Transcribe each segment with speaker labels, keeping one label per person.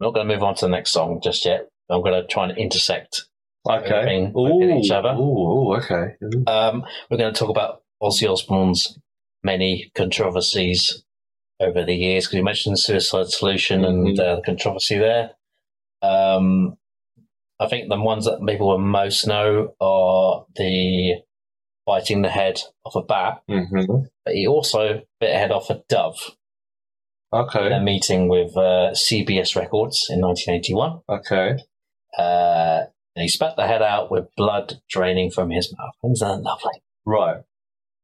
Speaker 1: going to move on to the next song just yet. I'm going to try and intersect.
Speaker 2: Okay.
Speaker 1: Everything within each other.
Speaker 2: Ooh, ooh, okay. Ooh.
Speaker 1: Um, we're going to talk about Ozzy Osbourne's many controversies over the years because you mentioned Suicide Solution and uh, the controversy there. Um, I think the ones that people will most know are the biting the head off a bat,
Speaker 2: Mhm.
Speaker 1: but he also bit a head off a dove in a
Speaker 2: Okay.
Speaker 1: meeting with uh, CBS Records in 1981.
Speaker 2: Okay.
Speaker 1: Uh, and he spat the head out with blood draining from his mouth. Isn't that lovely?
Speaker 2: Right.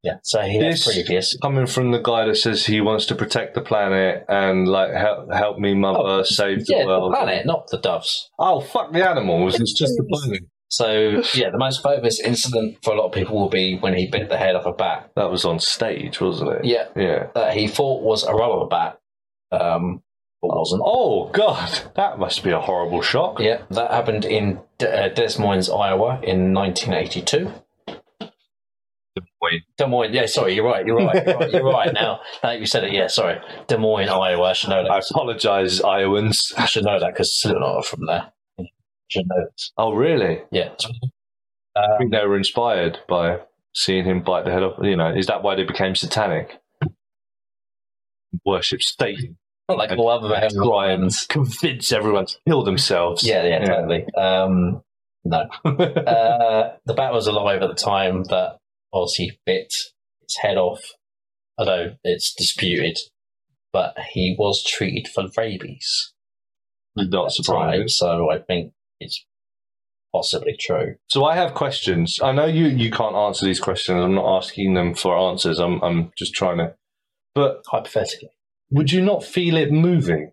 Speaker 1: Yeah. So he
Speaker 2: This-
Speaker 1: that's previous.
Speaker 2: Coming from the guy that says he wants to protect the planet and like help help me, mother,
Speaker 1: Oh,
Speaker 2: save the
Speaker 1: Yeah, the
Speaker 2: world.
Speaker 1: planet, not the doves.
Speaker 2: Oh fuck the animals! It's just the planet.
Speaker 1: So yeah, the most famous incident for a lot of people will be when he bit the head off a bat.
Speaker 2: That was on stage, wasn't it?
Speaker 1: Yeah,
Speaker 2: Yeah.
Speaker 1: that he thought was a rubber bat, um, but wasn't.
Speaker 2: Oh god, that must be a horrible shock.
Speaker 1: Yeah, that happened in D- uh, Des Moines, Iowa, in 1982. Des Moines, yeah, sorry, you're right, you're right, you're right, you're right. Now, now that you said it, yeah, sorry, Des Moines, Iowa. I should know
Speaker 2: I
Speaker 1: that.
Speaker 2: apologise, Iowans.
Speaker 1: I should know that because Slipknot are from there. Should know this.
Speaker 2: Oh really?
Speaker 1: Yeah. Uh,
Speaker 2: I think they were inspired by seeing him bite the head off. You know, is that why they became satanic? Worship Satan.
Speaker 1: Not like all other
Speaker 2: Try and convince everyone to kill themselves.
Speaker 1: Yeah, yeah, totally. Um, no. uh, the bat was alive at the time that Ozzy bit its head off, although it's disputed. But he was treated for rabies
Speaker 2: Not
Speaker 1: at the time,
Speaker 2: surprised.
Speaker 1: so I think it's possibly true.
Speaker 2: So I have questions. I know you, you can't answer these questions. I'm not asking them for answers. I'm I'm just trying to. But
Speaker 1: Hypothetically,
Speaker 2: would you not feel it moving?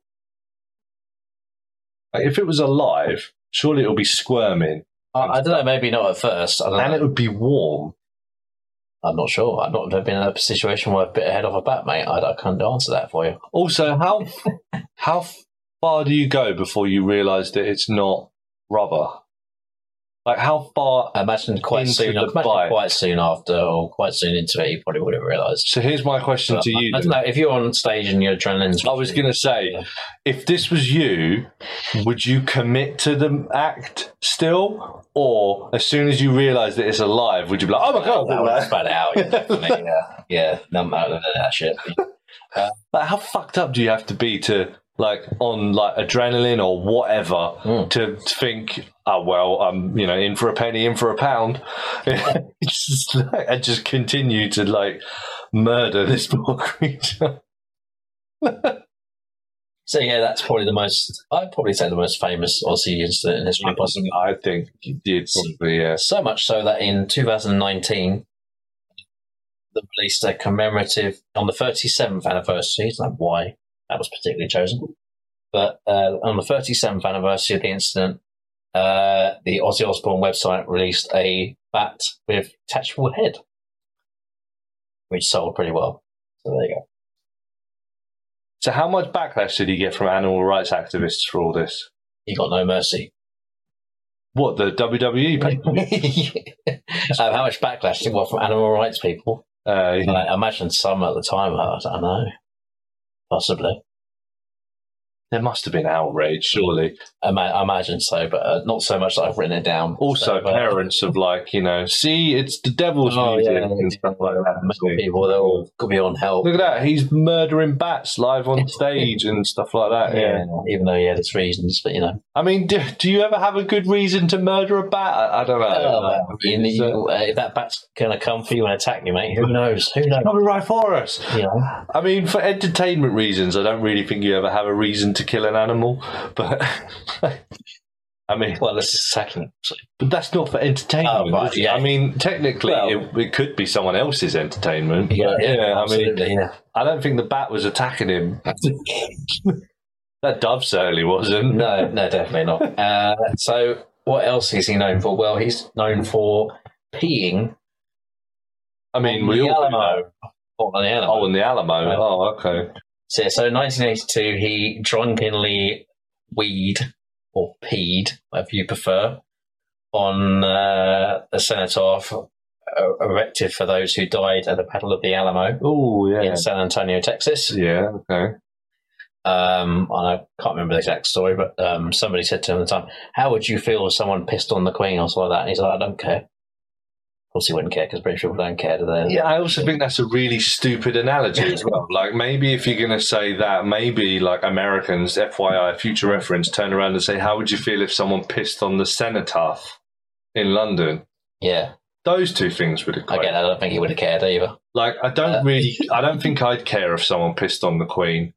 Speaker 2: Like if it was alive, surely it'll be squirming
Speaker 1: I, I don't know. Maybe not at first. I don't
Speaker 2: and
Speaker 1: know.
Speaker 2: it would be warm.
Speaker 1: I'm not sure. I've not never been in a situation where I've bit a head off a bat, mate. I, I can't answer that for you.
Speaker 2: Also, how how far do you go before you realise that it's not rubber? Like how far?
Speaker 1: I imagine quite
Speaker 2: Into
Speaker 1: soon.
Speaker 2: the
Speaker 1: I imagine
Speaker 2: bite.
Speaker 1: quite soon after, or quite soon into it, you probably would have realised.
Speaker 2: So here's my question to
Speaker 1: I-
Speaker 2: you.
Speaker 1: I, don't
Speaker 2: then.
Speaker 1: know if you're on stage and your adrenaline's.
Speaker 2: I was gonna say, if this was you, would you commit to the act still, or as soon as you realise that it's alive, would you be like, "Oh my god,
Speaker 1: that would
Speaker 2: man."
Speaker 1: spat it out. Yeah, definitely, yeah, yeah. No, no, no, no, that shit.
Speaker 2: Like, how fucked up do you have to be to like on like adrenaline or whatever
Speaker 1: Mm.
Speaker 2: to think, oh well, I'm you know in for a penny, in for a pound, It's just like, and just continue to like murder this poor creature.
Speaker 1: So yeah, that's probably the most. I'd probably say the most famous Aussie incident in history, possibly.
Speaker 2: I think you did probably yes.
Speaker 1: So much so that in 2019, they released a commemorative on the 37th anniversary. I don't know why that was particularly chosen, but uh, on the 37th anniversary of the incident, uh, the Ozzy Osbourne website released a bat with detachable head, which sold pretty well. So there you go.
Speaker 2: So how much backlash did he get from animal rights activists for all this?
Speaker 1: He got no mercy.
Speaker 2: What the E? WWE?
Speaker 1: um,
Speaker 2: paid?
Speaker 1: how much backlash did what from animal rights people?
Speaker 2: Uh,
Speaker 1: I imagine some at the time. I don't know, possibly.
Speaker 2: there must have been outrage, surely.
Speaker 1: I, ma- I imagine so, but uh, not so much that I've written it down.
Speaker 2: Also,
Speaker 1: So, but- uh,
Speaker 2: parents of like you know, see, it's the devil's
Speaker 1: Oh,
Speaker 2: music
Speaker 1: yeah,
Speaker 2: and stuff like
Speaker 1: Medical
Speaker 2: that.
Speaker 1: people, they're all could be on help.
Speaker 2: Look at that, he's murdering bats live on stage and stuff like that. Yeah.
Speaker 1: uh, even though he had his reasons, but you know,
Speaker 2: I mean, do, do you ever have a good reason to murder a bat? I, I don't know.
Speaker 1: Oh,
Speaker 2: I
Speaker 1: well, you-
Speaker 2: mean, it's, uh,
Speaker 1: you- uh, if that bat's gonna come for you and attack you, mate, who knows? Who knows?
Speaker 2: Coming right for us.
Speaker 1: You know?
Speaker 2: I mean, for entertainment reasons, I don't really think you ever have a reason to kill an animal. But I mean,
Speaker 1: Well, this is second.
Speaker 2: But that's not for entertainment.
Speaker 1: Oh, right,
Speaker 2: is it?
Speaker 1: yeah.
Speaker 2: I mean, technically,
Speaker 1: Well-
Speaker 2: it, it could be someone else's entertainment. but, yeah, I mean,
Speaker 1: absolutely, yeah.
Speaker 2: I don't think the bat was attacking him. that dove certainly wasn't.
Speaker 1: No, no, definitely not. Uh, so, what else is he known for? Well, he's known for peeing
Speaker 2: I mean, we
Speaker 1: the
Speaker 2: all know.
Speaker 1: Alamo. On the Alamo.
Speaker 2: Oh, in the Alamo.
Speaker 1: Right.
Speaker 2: Oh, okay.
Speaker 1: So, so in 1982, he drunkenly weed or peed, if you prefer, on uh, a cenotaph uh, erected for those who died at the Battle of the Alamo
Speaker 2: Oh, yeah.
Speaker 1: in San Antonio, Texas.
Speaker 2: Yeah, okay.
Speaker 1: Um, and I can't remember the exact story, but um, somebody said to him at the time, "How would you feel if someone pissed on the Queen or something like that?" And he's like, "I don't care." Of course, he wouldn't care because British people don't care, do they?
Speaker 2: Yeah, I also think that's a really stupid analogy as well. Like, maybe if you're going to say that, maybe like Americans, FYI, future reference, turn around and say, How would you feel if someone pissed on the cenotaph in London?
Speaker 1: Yeah,
Speaker 2: Those two things would equate.
Speaker 1: again, I don't think he would have cared either.
Speaker 2: Like, I
Speaker 1: Uh,
Speaker 2: don't really, I don't think I'd care if someone pissed on the Queen,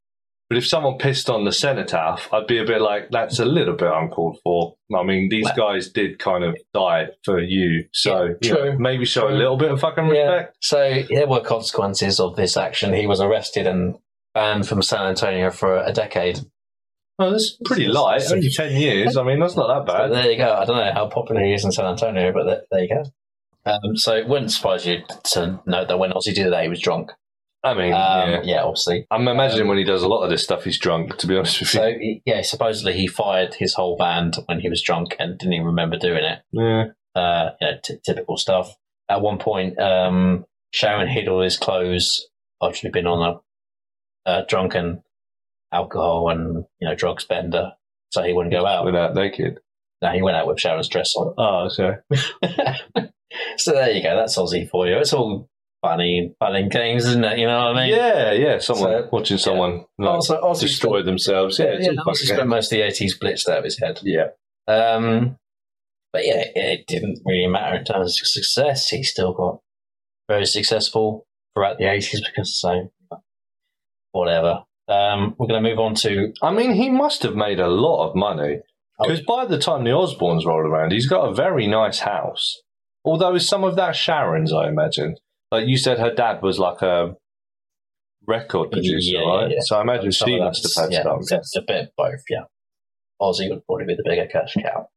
Speaker 2: but if someone pissed on the cenotaph, I'd be a bit like, that's a little bit uncalled for. I mean, these guys did kind of die for you, so
Speaker 1: Yeah,
Speaker 2: you know,
Speaker 1: true.
Speaker 2: maybe show
Speaker 1: True.
Speaker 2: a little bit of fucking
Speaker 1: Yeah.
Speaker 2: respect.
Speaker 1: So there were consequences of this action. He was arrested and banned from San Antonio for a decade.
Speaker 2: Well, that's pretty light,
Speaker 1: So-
Speaker 2: only ten years. I mean, that's not that
Speaker 1: So
Speaker 2: bad.
Speaker 1: there you go. I don't know how popular he is in San Antonio, but there, there you go. Um, so it wouldn't surprise you to note that when Ozzy did that, he was drunk.
Speaker 2: I mean,
Speaker 1: Um, yeah.
Speaker 2: yeah.
Speaker 1: obviously.
Speaker 2: I'm imagining when he does a lot of this stuff, he's drunk. To be honest with you,
Speaker 1: So he- yeah, supposedly he fired his whole band when he was drunk and didn't even remember doing it.
Speaker 2: yeah.
Speaker 1: Uh, you know, t- typical stuff. At one point, um, Sharon hid all his clothes after he'd been on a uh, drunken alcohol and you know drugs bender, so he wouldn't go out.
Speaker 2: without naked.
Speaker 1: No, he went out with Sharon's dress on.
Speaker 2: Oh, sorry.
Speaker 1: so there you go. That's Aussie for you. It's all funny, fun and games, isn't it? You know what I mean?
Speaker 2: yeah, yeah. Someone
Speaker 1: So-
Speaker 2: watching someone like,
Speaker 1: Also, Aussie
Speaker 2: destroy themselves. Yeah,
Speaker 1: Yeah,
Speaker 2: it's all
Speaker 1: Ozzy
Speaker 2: fucking-
Speaker 1: spent most of the eighties blitzed out of his head.
Speaker 2: yeah.
Speaker 1: Um, but yeah, it, it didn't really matter in terms of success. He still got very successful throughout the eighties because so whatever. Um, we're going to move on to
Speaker 2: I mean, he must have made a lot of money
Speaker 1: Oh.
Speaker 2: because by the time the Osbournes rolled around, he's got a very nice house. Although some of that Sharon's, I imagine. Like you said, her dad was like a record producer,
Speaker 1: Yeah, yeah,
Speaker 2: right?
Speaker 1: yeah.
Speaker 2: So I imagine
Speaker 1: some
Speaker 2: she
Speaker 1: of
Speaker 2: must
Speaker 1: that's-
Speaker 2: have had
Speaker 1: yeah,
Speaker 2: some.
Speaker 1: It's a bit of both. Yeah, Ozzy would probably be the bigger cash cow.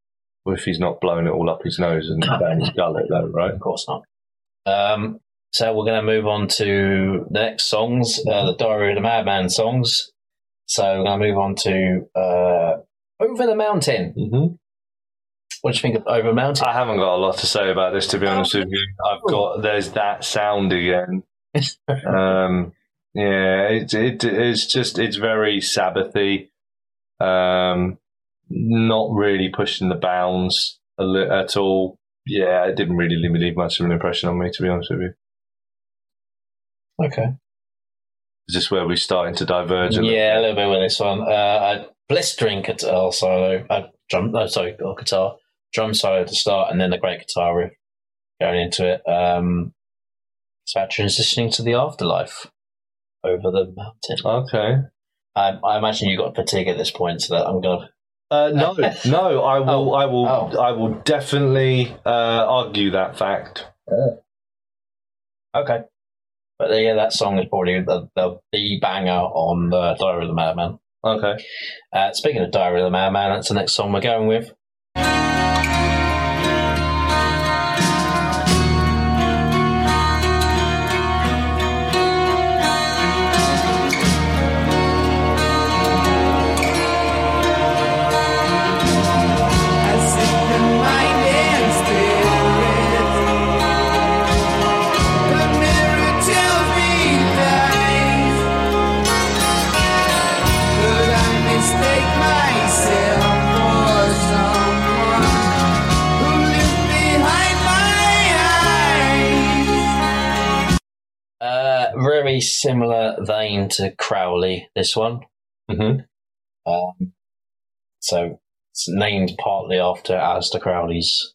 Speaker 2: If he's not blowing it all up his nose and down his gullet, though, right?
Speaker 1: Of course not. Um, so we're going to move on to the next songs, uh, the Diary of the Madman songs. So we're going to move on to uh, Over the Mountain.
Speaker 2: Mm-hmm.
Speaker 1: What do you think of Over the Mountain?
Speaker 2: I haven't got a lot to say about this, to be honest with you. I've got there's that sound again. um, yeah, it, it it's just it's very Sabbathy. Um, not really pushing the bounds a li- at all. Yeah, it didn't really leave much of an impression on me, to be honest with you.
Speaker 1: Okay.
Speaker 2: Is this where we're starting to diverge? A little?
Speaker 1: Yeah, a little bit with this one. Uh, I blistering guitar solo, uh, drum, no, sorry, or guitar, drum solo to start, and then the great guitar riff going into it. Um, it's about transitioning to the afterlife over the mountain.
Speaker 2: Okay.
Speaker 1: I, I imagine you got fatigue at this point, so that I'm gonna.
Speaker 2: Uh, no, no, I will, I will,
Speaker 1: Oh.
Speaker 2: I will definitely uh, argue that fact.
Speaker 1: Uh. Okay. But uh, yeah, that song is probably the, the, the banger on the Diary of the Madman.
Speaker 2: Okay.
Speaker 1: Uh, speaking of Diary of the Madman, that's the next song we're going with.
Speaker 3: I sit in my dance spirit. The mirror tells me lies, but I mistake myself for someone who lives behind my eyes.
Speaker 1: Uh, very similar vein to Crowley, this one.
Speaker 2: hmm
Speaker 1: Um, so it's named partly after Alistair Crowley's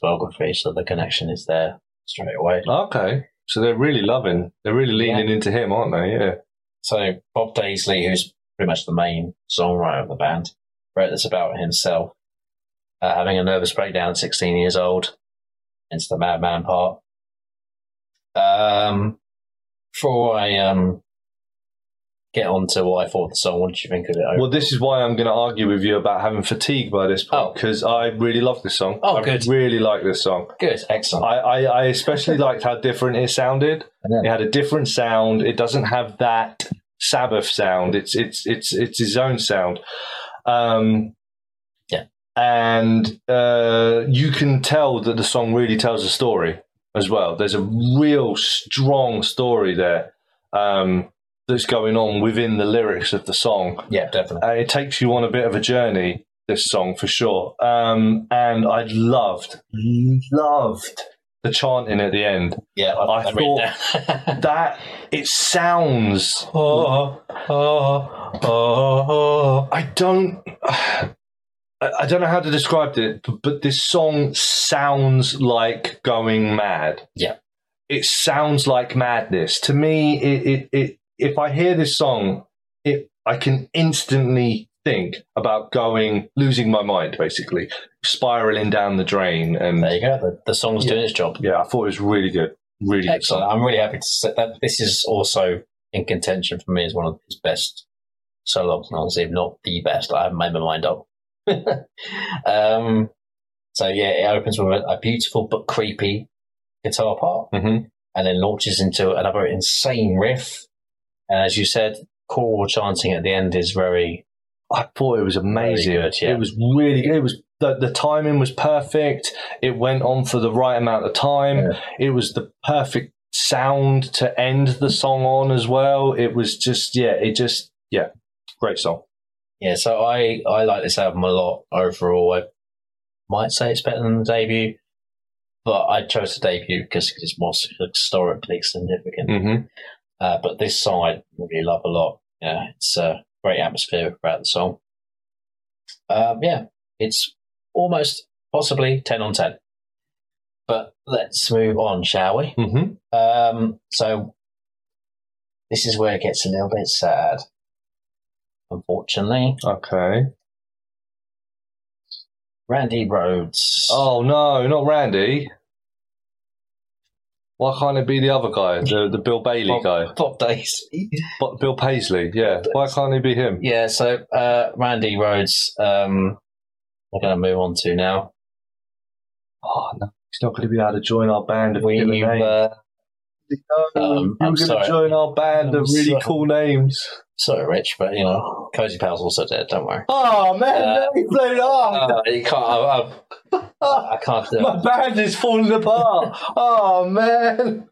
Speaker 1: biography, so the connection is there straight away.
Speaker 2: Okay. So they're really loving. They're really leaning into him, aren't they? Yeah.
Speaker 1: So Bob Daisley, who's pretty much the main songwriter of the band, wrote this about himself uh, having a nervous breakdown at 16 years old. Hence the madman part. Um, before I um, get on to what I thought of the song, what did you think of it?
Speaker 2: Well, this is why I'm going to argue with you about having fatigue by this
Speaker 1: Oh.
Speaker 2: point because I really love this song.
Speaker 1: Oh,
Speaker 2: I
Speaker 1: good.
Speaker 2: really like this song.
Speaker 1: Good,
Speaker 2: I,
Speaker 1: excellent.
Speaker 2: I, I especially liked how different it sounded.
Speaker 1: Yeah.
Speaker 2: It had a different sound. It doesn't have that Sabbath sound. It's it's it's it's his own sound. Um,
Speaker 1: Yeah.
Speaker 2: And uh, you can tell that the song really tells a story as well. There's a real strong story there. Um, that's going on within the lyrics of the song.
Speaker 1: Yeah, definitely.
Speaker 2: Uh, it takes you on a bit of a journey. This song for sure, um, and I loved, loved the chanting at the end.
Speaker 1: Yeah,
Speaker 2: I
Speaker 1: I've, I've written down.
Speaker 2: That it sounds.
Speaker 1: oh, oh, oh,
Speaker 2: I don't. I I don't know how to describe it, but this song sounds like going mad.
Speaker 1: Yeah.
Speaker 2: It sounds like madness to me. It, it, it if I hear this song, it I can instantly think about going, losing my mind, basically spiraling down the drain. And
Speaker 1: There you go. The, the song's doing its job.
Speaker 2: yeah, I thought it was really good, really good
Speaker 1: Excellent.
Speaker 2: song.
Speaker 1: I'm really happy to say that this is also in contention for me as one of his best solo songs, if not the best. I haven't made my mind up. um, so yeah, it opens with a, a beautiful but creepy guitar part,
Speaker 2: hmm
Speaker 1: and then launches into another insane riff. And as you said, choral chanting at the end is very
Speaker 2: I thought it was amazing.
Speaker 1: Very good, yeah.
Speaker 2: It was really good. It was the, the timing was perfect. It went on for the right amount of time. It was the perfect sound to end the song on as well. It was just yeah, it just yeah, great song.
Speaker 1: Yeah, so I I like this album a lot overall. I might say it's better than the debut, but I chose the debut because it's more historically significant.
Speaker 2: Mm-hmm.
Speaker 1: Uh, but this song I really love a lot. Yeah, it's a great atmosphere throughout the song. Um, yeah, it's almost possibly ten on ten. But let's move on, shall we?
Speaker 2: Mm-hmm.
Speaker 1: Um, so this is where it gets a little bit sad, unfortunately.
Speaker 2: Okay.
Speaker 1: Randy Rhodes.
Speaker 2: Oh no, not Randy. Why can't it be the other guy, the, the Bill Bailey
Speaker 1: Bob,
Speaker 2: guy,
Speaker 1: Bob Days.
Speaker 2: but Bill Paisley? Yeah. Why can't it be him?
Speaker 1: yeah, so uh, Randy Rhodes, um, we're going to move on to now.
Speaker 2: Oh no, he's not going to be able to join our band. if
Speaker 1: We,
Speaker 2: given a
Speaker 1: you,
Speaker 2: name.
Speaker 1: uh, Um,
Speaker 2: you
Speaker 1: I'm
Speaker 2: were going
Speaker 1: sorry.
Speaker 2: to join our band
Speaker 1: I'm
Speaker 2: of really
Speaker 1: sorry.
Speaker 2: cool names.
Speaker 1: sorry, Rich, but you know, Cozy Pal's also dead, don't worry.
Speaker 2: Oh man,
Speaker 1: Uh,
Speaker 2: now Oh, you played off.
Speaker 1: Uh, you can't, I, I, I can't do
Speaker 2: My
Speaker 1: it.
Speaker 2: band is falling apart. oh man,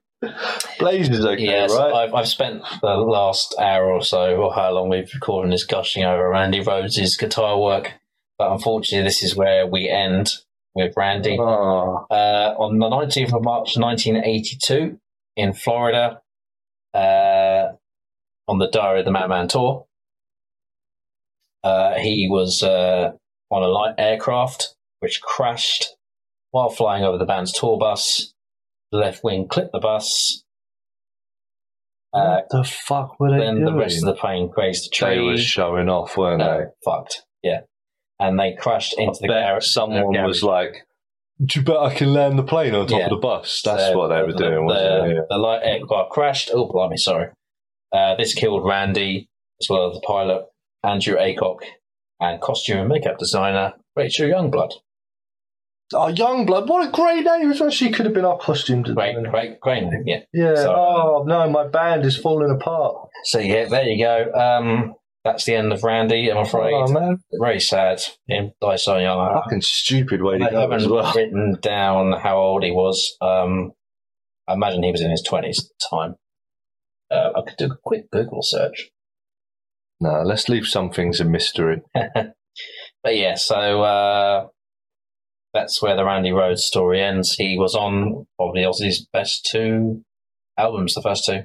Speaker 2: Blaze is okay,
Speaker 1: Yes,
Speaker 2: right?
Speaker 1: I've, I've spent the last hour or so, or how long we've recorded this, gushing over Randy Rhodes' guitar work. But unfortunately, this is where we end with Randy.
Speaker 2: Oh,
Speaker 1: uh, on the 19th of March 1982 in Florida uh, on the Diary of the Madman tour. Uh, he was uh, on a light aircraft which crashed while flying over the band's tour bus. The left wing clipped the bus. Uh,
Speaker 2: what the fuck were they
Speaker 1: then
Speaker 2: doing?
Speaker 1: the rest of the plane grazed a
Speaker 2: they were
Speaker 1: tree.
Speaker 2: showing off, weren't
Speaker 1: Uh,
Speaker 2: they?
Speaker 1: fucked, yeah. And they crashed into the
Speaker 2: Bet
Speaker 1: garage.
Speaker 2: someone
Speaker 1: the
Speaker 2: was like, "Do you bet I can land the plane on top
Speaker 1: Yeah.
Speaker 2: of the bus?" That's
Speaker 1: So
Speaker 2: what they were
Speaker 1: Uh, the-
Speaker 2: doing, wasn't
Speaker 1: the, the light aircraft crashed. Oh, blimey, sorry. Uh, this killed Randy, as well as the pilot, Andrew Aycock, and costume and makeup designer, Rachel Youngblood.
Speaker 2: it? Oh, Youngblood, what a great name! as well. She could have been our costume
Speaker 1: Great,
Speaker 2: designer.
Speaker 1: great, great name, yeah.
Speaker 2: Yeah.
Speaker 1: Sorry.
Speaker 2: Oh no, my band is falling apart.
Speaker 1: So, yeah, there you go. Um, that's the end of Randy, I'm afraid.
Speaker 2: Oh man,
Speaker 1: Very sad. Him die so young. I-
Speaker 2: fucking stupid way to
Speaker 1: I
Speaker 2: go as
Speaker 1: haven't
Speaker 2: well.
Speaker 1: written down how old he was. Um, I imagine he was in his 20s at the time. Uh, I could do a quick Google search.
Speaker 2: No, let's leave some things a mystery.
Speaker 1: But yeah, so uh, that's where the Randy Rhodes story ends. He was on probably Ozzy's best two albums, the first two.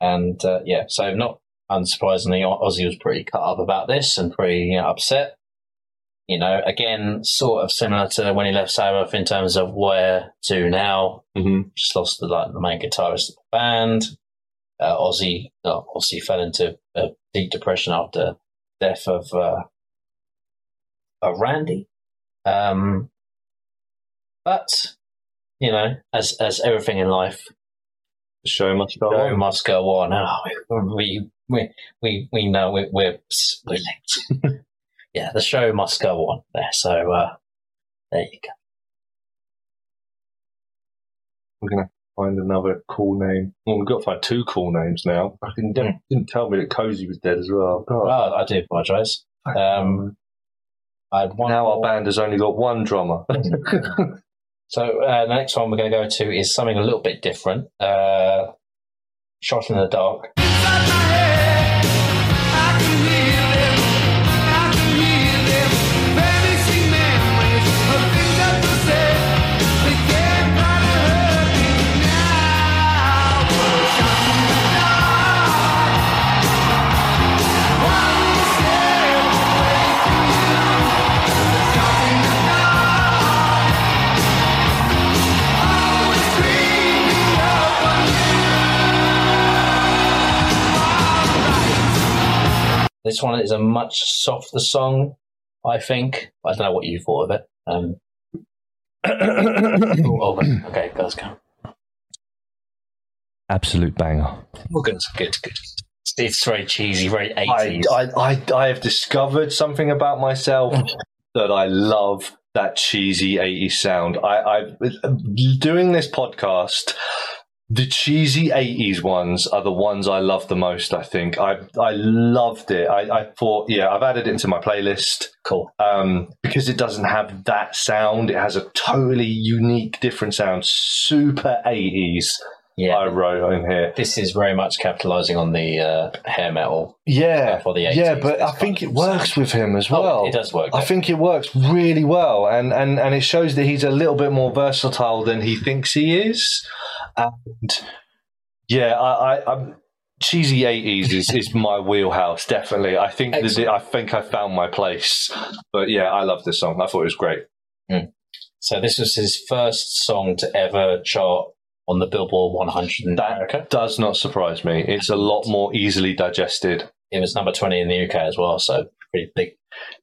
Speaker 1: And uh, yeah, so not unsurprisingly, O- Ozzy was pretty cut up about this and pretty you know, upset. You know, again, sort of similar to when he left Sabbath in terms of where to now.
Speaker 2: Mm-hmm.
Speaker 1: Just lost the like the main guitarist of the band. Uh, Ozzy uh, obviously fell into a deep depression after death of uh, of Randy. Um, but you know, as as everything in life,
Speaker 2: The show must go
Speaker 1: show
Speaker 2: on.
Speaker 1: must go on. Oh, we we we we know we, we're we're linked. yeah, the show must go on. There, so uh, there you go.
Speaker 2: We're gonna find another cool name. Well, we've got to find two cool names now. Fucking didn't, didn't tell me that Cozy was dead as well. God.
Speaker 1: Well, I do apologise. Um, I had one
Speaker 2: now
Speaker 1: more-
Speaker 2: our band has only got one drummer.
Speaker 1: So uh, the next one we're going to go to is something a little bit different. Uh, Shot in the Dark. This one is a much softer song, I think. I don't know what you thought of it. Um, oh, okay, let's go.
Speaker 2: Absolute banger.
Speaker 1: Well, good, good, good. It's very cheesy, very
Speaker 2: I,
Speaker 1: eighties.
Speaker 2: I, I, I have discovered something about myself
Speaker 1: Mm.
Speaker 2: that I love that cheesy 80s sound. I, I doing this podcast, the cheesy 80s ones are the ones I love the most, I think. I I loved it. I, I thought, yeah, I've added it into my playlist.
Speaker 1: Cool.
Speaker 2: Um, because it doesn't have that sound, it has a totally unique, different sound. Super 80s,
Speaker 1: Yeah,
Speaker 2: I wrote in here.
Speaker 1: this is very much capitalising on the uh, hair metal.
Speaker 2: Yeah,
Speaker 1: for the 80s,
Speaker 2: yeah, but I
Speaker 1: that's
Speaker 2: think
Speaker 1: kind
Speaker 2: it
Speaker 1: of
Speaker 2: works with him as
Speaker 1: Oh,
Speaker 2: well.
Speaker 1: it does work.
Speaker 2: I think it works really well, and, and, and it shows that he's a little bit more versatile than he thinks he is. And yeah, I, I, I'm cheesy eighties is, is my wheelhouse definitely. I think that it,
Speaker 1: Excellent.
Speaker 2: I think I found my place. But yeah, I love this song. I thought it was great.
Speaker 1: So this was his first song to ever chart on the Billboard 100 in
Speaker 2: That
Speaker 1: America.
Speaker 2: does not surprise me. It's a lot more easily digested.
Speaker 1: It was number 20 in the UK as well, so pretty big.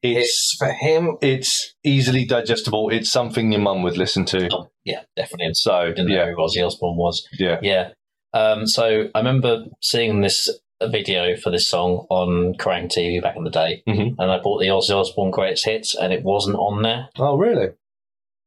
Speaker 2: It's
Speaker 1: for him.
Speaker 2: it's easily digestible. It's something your mum would listen to.
Speaker 1: Yeah, definitely. And so
Speaker 2: So
Speaker 1: I didn't know
Speaker 2: yeah,
Speaker 1: who Ozzy Osbourne was.
Speaker 2: yeah.
Speaker 1: Yeah. Um, so I remember seeing this video for this song on Kerrang! TV back in the day,
Speaker 2: Mhm.
Speaker 1: and I bought the Ozzy Osbourne Greatest Hits, and it wasn't on there.
Speaker 2: Oh really?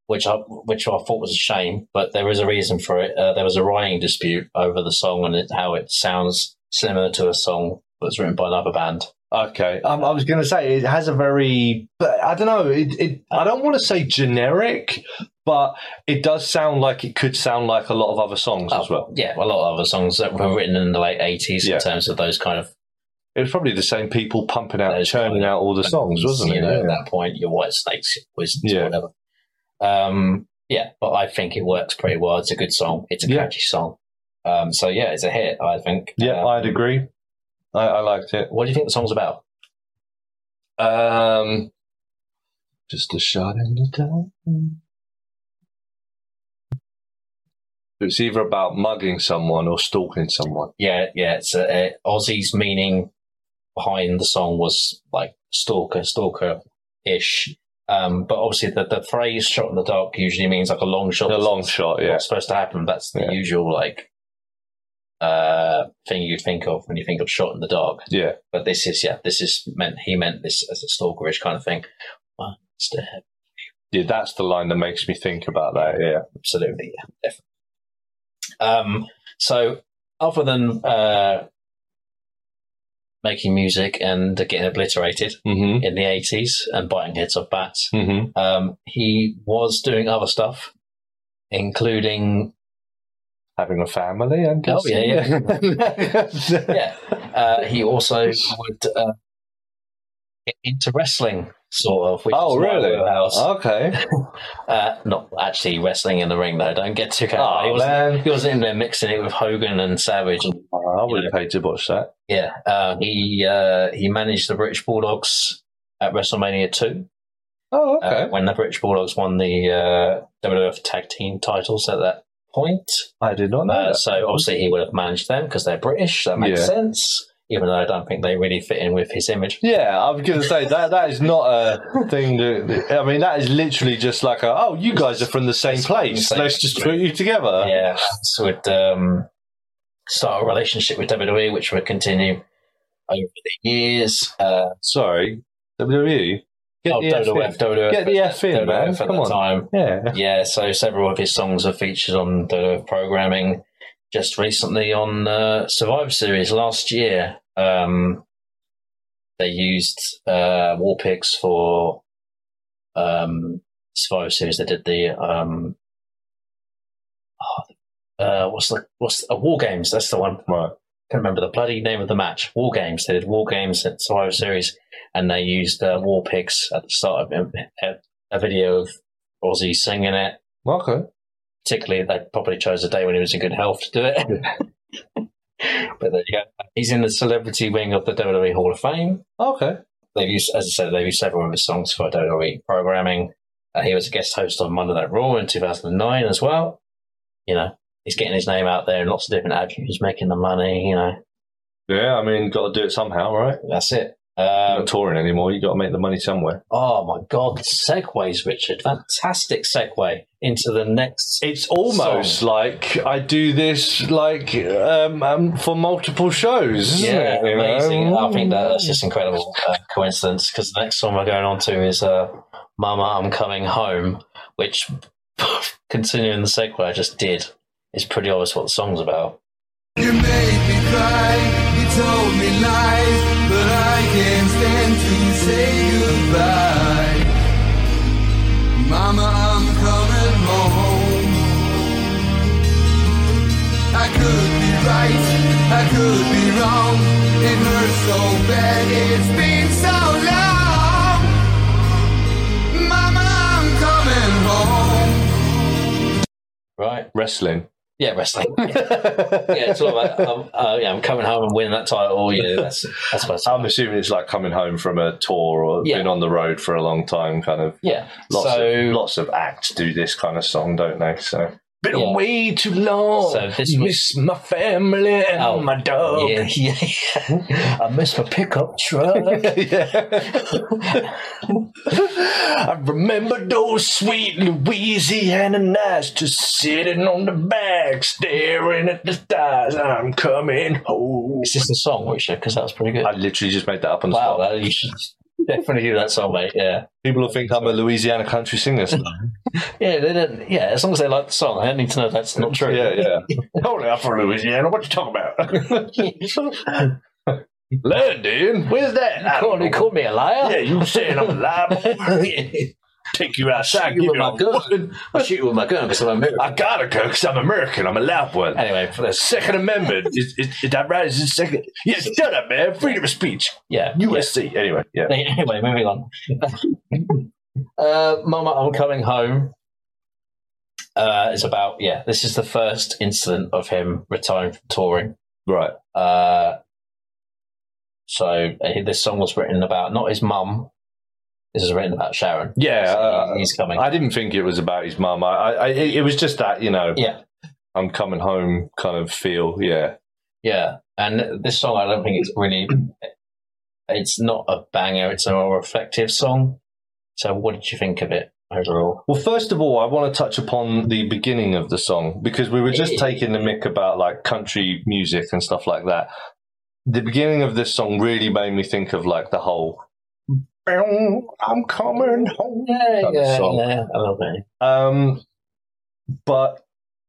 Speaker 1: which I which I thought was a shame, but there is a reason for it. Uh, there was a writing dispute over the song and it, how it sounds similar to a song that was written by another band.
Speaker 2: Okay, um, I was going to say it has a very, but I don't know. It, it I don't want to say generic, but it does sound like it could sound like a lot of other songs as well.
Speaker 1: Yeah, a lot of other songs that were written in the late eighties
Speaker 2: Yeah.
Speaker 1: in terms of those kind of
Speaker 2: It was probably the same people pumping out,
Speaker 1: Those
Speaker 2: churning
Speaker 1: kind of-
Speaker 2: out all the songs, wasn't
Speaker 1: you
Speaker 2: it?
Speaker 1: know,
Speaker 2: Yeah.
Speaker 1: At that point, your White Snakes, your Wizards,
Speaker 2: Yeah.
Speaker 1: or whatever. Um, yeah, but I think it works pretty well. It's a good song. It's a
Speaker 2: Yeah.
Speaker 1: catchy song. Um, so yeah, it's a hit. I think.
Speaker 2: Yeah,
Speaker 1: Uh,
Speaker 2: I'd agree. I, I liked it.
Speaker 1: what do you think the song's about?
Speaker 2: Um, just a shot in the dark. It's either about mugging someone or stalking someone.
Speaker 1: Yeah, yeah. It's uh, uh, Aussie's meaning behind the song was like stalker, stalker ish. Um, but obviously, the, the phrase "shot in the dark" usually means like a long shot.
Speaker 2: A
Speaker 1: that's
Speaker 2: long shot, yeah.
Speaker 1: What's supposed to happen? That's the
Speaker 2: Yeah.
Speaker 1: usual like uh thing you think of when you think of "shot in the dark."
Speaker 2: Yeah.
Speaker 1: But this is yeah, this is meant. He meant this as a stalkerish kind of thing. One step,
Speaker 2: Yeah, that's the line that makes me think about that. Yeah.
Speaker 1: absolutely, yeah, definitely. Um, so other than uh, making music and getting obliterated
Speaker 2: Mm-hmm.
Speaker 1: in the eighties and biting heads off bats,
Speaker 2: Mm-hmm.
Speaker 1: um, he was doing other stuff, including
Speaker 2: Having a family, I'm
Speaker 1: Oh,
Speaker 2: guessing.
Speaker 1: yeah,
Speaker 2: yeah.
Speaker 1: yeah. Uh, he also would uh, get into wrestling, sort of. Which
Speaker 2: Oh,
Speaker 1: is my
Speaker 2: really?
Speaker 1: wheelhouse.
Speaker 2: Okay.
Speaker 1: Uh, not actually wrestling in the ring though. Don't get too carried away. He
Speaker 2: Oh,
Speaker 1: wasn't-
Speaker 2: man. Oh,
Speaker 1: He wasn't in there mixing it with Hogan and Savage and
Speaker 2: I would have paid to watch that.
Speaker 1: Yeah, uh, he uh, he managed the British Bulldogs at WrestleMania two
Speaker 2: Oh,
Speaker 1: uh,
Speaker 2: okay.
Speaker 1: when the British Bulldogs won the uh, WWF Tag Team titles at that point.
Speaker 2: I did not know
Speaker 1: Uh,
Speaker 2: that.
Speaker 1: so obviously he would have managed them because they're British. That makes
Speaker 2: Yeah.
Speaker 1: sense, even though I don't think they really fit in with his image.
Speaker 2: Yeah, I was going to say that that is not a thing that I mean that is literally just like a oh you guys are from the same place
Speaker 1: Same
Speaker 2: let's just put you together
Speaker 1: yeah, this would um, start a relationship with WWE, which would continue over the years. Uh,
Speaker 2: sorry WWE get
Speaker 1: oh,
Speaker 2: the E F
Speaker 1: WWF,
Speaker 2: in.
Speaker 1: WWF,
Speaker 2: get the F in man
Speaker 1: WWF at
Speaker 2: come
Speaker 1: the
Speaker 2: on
Speaker 1: time.
Speaker 2: yeah
Speaker 1: Yeah, so several of his songs are featured on the programming just recently on uh, Survivor Series last year. Um, they used uh, War Pigs for um, Survivor Series. They did the um, oh, uh, what's the what's uh, War Games? That's the one.
Speaker 2: right
Speaker 1: can't remember the bloody name of the match. War Games. They did War Games at Survivor Series, and they used uh, War Pigs at the start of it, a- a video of Ozzy singing it.
Speaker 2: Okay.
Speaker 1: Particularly, they probably chose a day when he was in good health to do it. but there you go. He's in the celebrity wing of the WWE Hall of Fame.
Speaker 2: Okay.
Speaker 1: They've used, as I said, they've used several of his songs for WWE programming. Uh, he was a guest host on Monday Night Raw in 2009 as well. You know, he's getting his name out there in lots of different avenues, making the money. You know,
Speaker 2: Yeah, I mean, got to do it somehow, right?
Speaker 1: that's it.
Speaker 2: You're
Speaker 1: Um,
Speaker 2: not touring anymore. You got to make the money somewhere.
Speaker 1: Oh my God, segues, Richard. Fantastic segue into the next.
Speaker 2: It's almost like I do this like um, um for multiple shows. isn't
Speaker 1: Yeah,
Speaker 2: it, you know?
Speaker 1: amazing. I think that, that's just incredible uh, coincidence because the next song we're going on to is uh, Mama, I'm Coming Home, which, continuing the segue I just did, it's pretty obvious what the song's about.
Speaker 3: You made me cry, you told me lies, but I can't stand to say goodbye. Mama, I'm coming home. I could be right, I could be wrong. It hurts so bad, it's been so long. Mama, I'm coming home.
Speaker 1: Right?
Speaker 2: wrestling.
Speaker 1: Yeah, wrestling. yeah, it's all about, um, uh, yeah, I'm coming home and winning that title. Yeah, that's, that's what it's
Speaker 2: I'm assuming it's like coming home from a tour or
Speaker 1: Yeah.
Speaker 2: been on the road for a long time, kind of.
Speaker 1: Yeah.
Speaker 2: Lots
Speaker 1: so,
Speaker 2: of lots of acts do this kind of song, don't they? So been
Speaker 1: Yeah.
Speaker 2: away too long.
Speaker 1: So this was-
Speaker 2: miss my family and
Speaker 1: Oh,
Speaker 2: my dog.
Speaker 1: Yeah, yeah. I miss my pickup truck.
Speaker 2: yeah. I remember those sweet Louisiana nights, just sitting on the back, staring at the stars. I'm coming home.
Speaker 1: Is this the song, Richard? Because that was pretty good.
Speaker 2: I literally just made that up on the
Speaker 1: wow,
Speaker 2: spot.
Speaker 1: that, you should definitely do that song, mate. Yeah,
Speaker 2: People will think I'm a Louisiana country singer. so-
Speaker 1: yeah, they don't, yeah. As long as they like the song, I don't need to know that's not true.
Speaker 2: yeah. Holy, I'm from Louisiana. What you talking about? London? Where's that? I
Speaker 1: Call,
Speaker 2: don't
Speaker 1: you
Speaker 2: know.
Speaker 1: called me a liar.
Speaker 2: Yeah, you saying I'm alive? Take you outside.
Speaker 1: You
Speaker 2: give
Speaker 1: were
Speaker 2: you
Speaker 1: my
Speaker 2: a
Speaker 1: gun.
Speaker 2: whooping.
Speaker 1: I shoot you with my gun because I'm American.
Speaker 2: I gotta go because I'm American. I'm a loud one.
Speaker 1: Anyway, for this,
Speaker 2: Second Amendment. is, is, is that right? Is it second? Yeah, shut up, man. Freedom of speech.
Speaker 1: yeah.
Speaker 2: USC. Anyway, yeah.
Speaker 1: Anyway, moving on. uh, Mama, I'm coming home. Uh, is about yeah. This is the first incident of him retiring from touring.
Speaker 2: Right.
Speaker 1: Uh, so uh, this song was written about not his mum. This is written about Sharon.
Speaker 2: Yeah.
Speaker 1: So
Speaker 2: uh,
Speaker 1: he's coming.
Speaker 2: I didn't think it was about his mum. I, I, I, it was just that, you know,
Speaker 1: yeah,
Speaker 2: I'm coming home kind of feel. Yeah.
Speaker 1: yeah. And this song, I don't think it's really. It's not a banger. It's a more reflective song. So, what did you think of it overall?
Speaker 2: Well, first of all, I want to touch upon the beginning of the song because we were just
Speaker 1: Yeah.
Speaker 2: taking the mick about like country music and stuff like that. The beginning of this song really made me think of like the whole I'm coming home.
Speaker 1: Yeah,
Speaker 2: That
Speaker 1: yeah,
Speaker 2: song.
Speaker 1: yeah. I love it.
Speaker 2: Um, but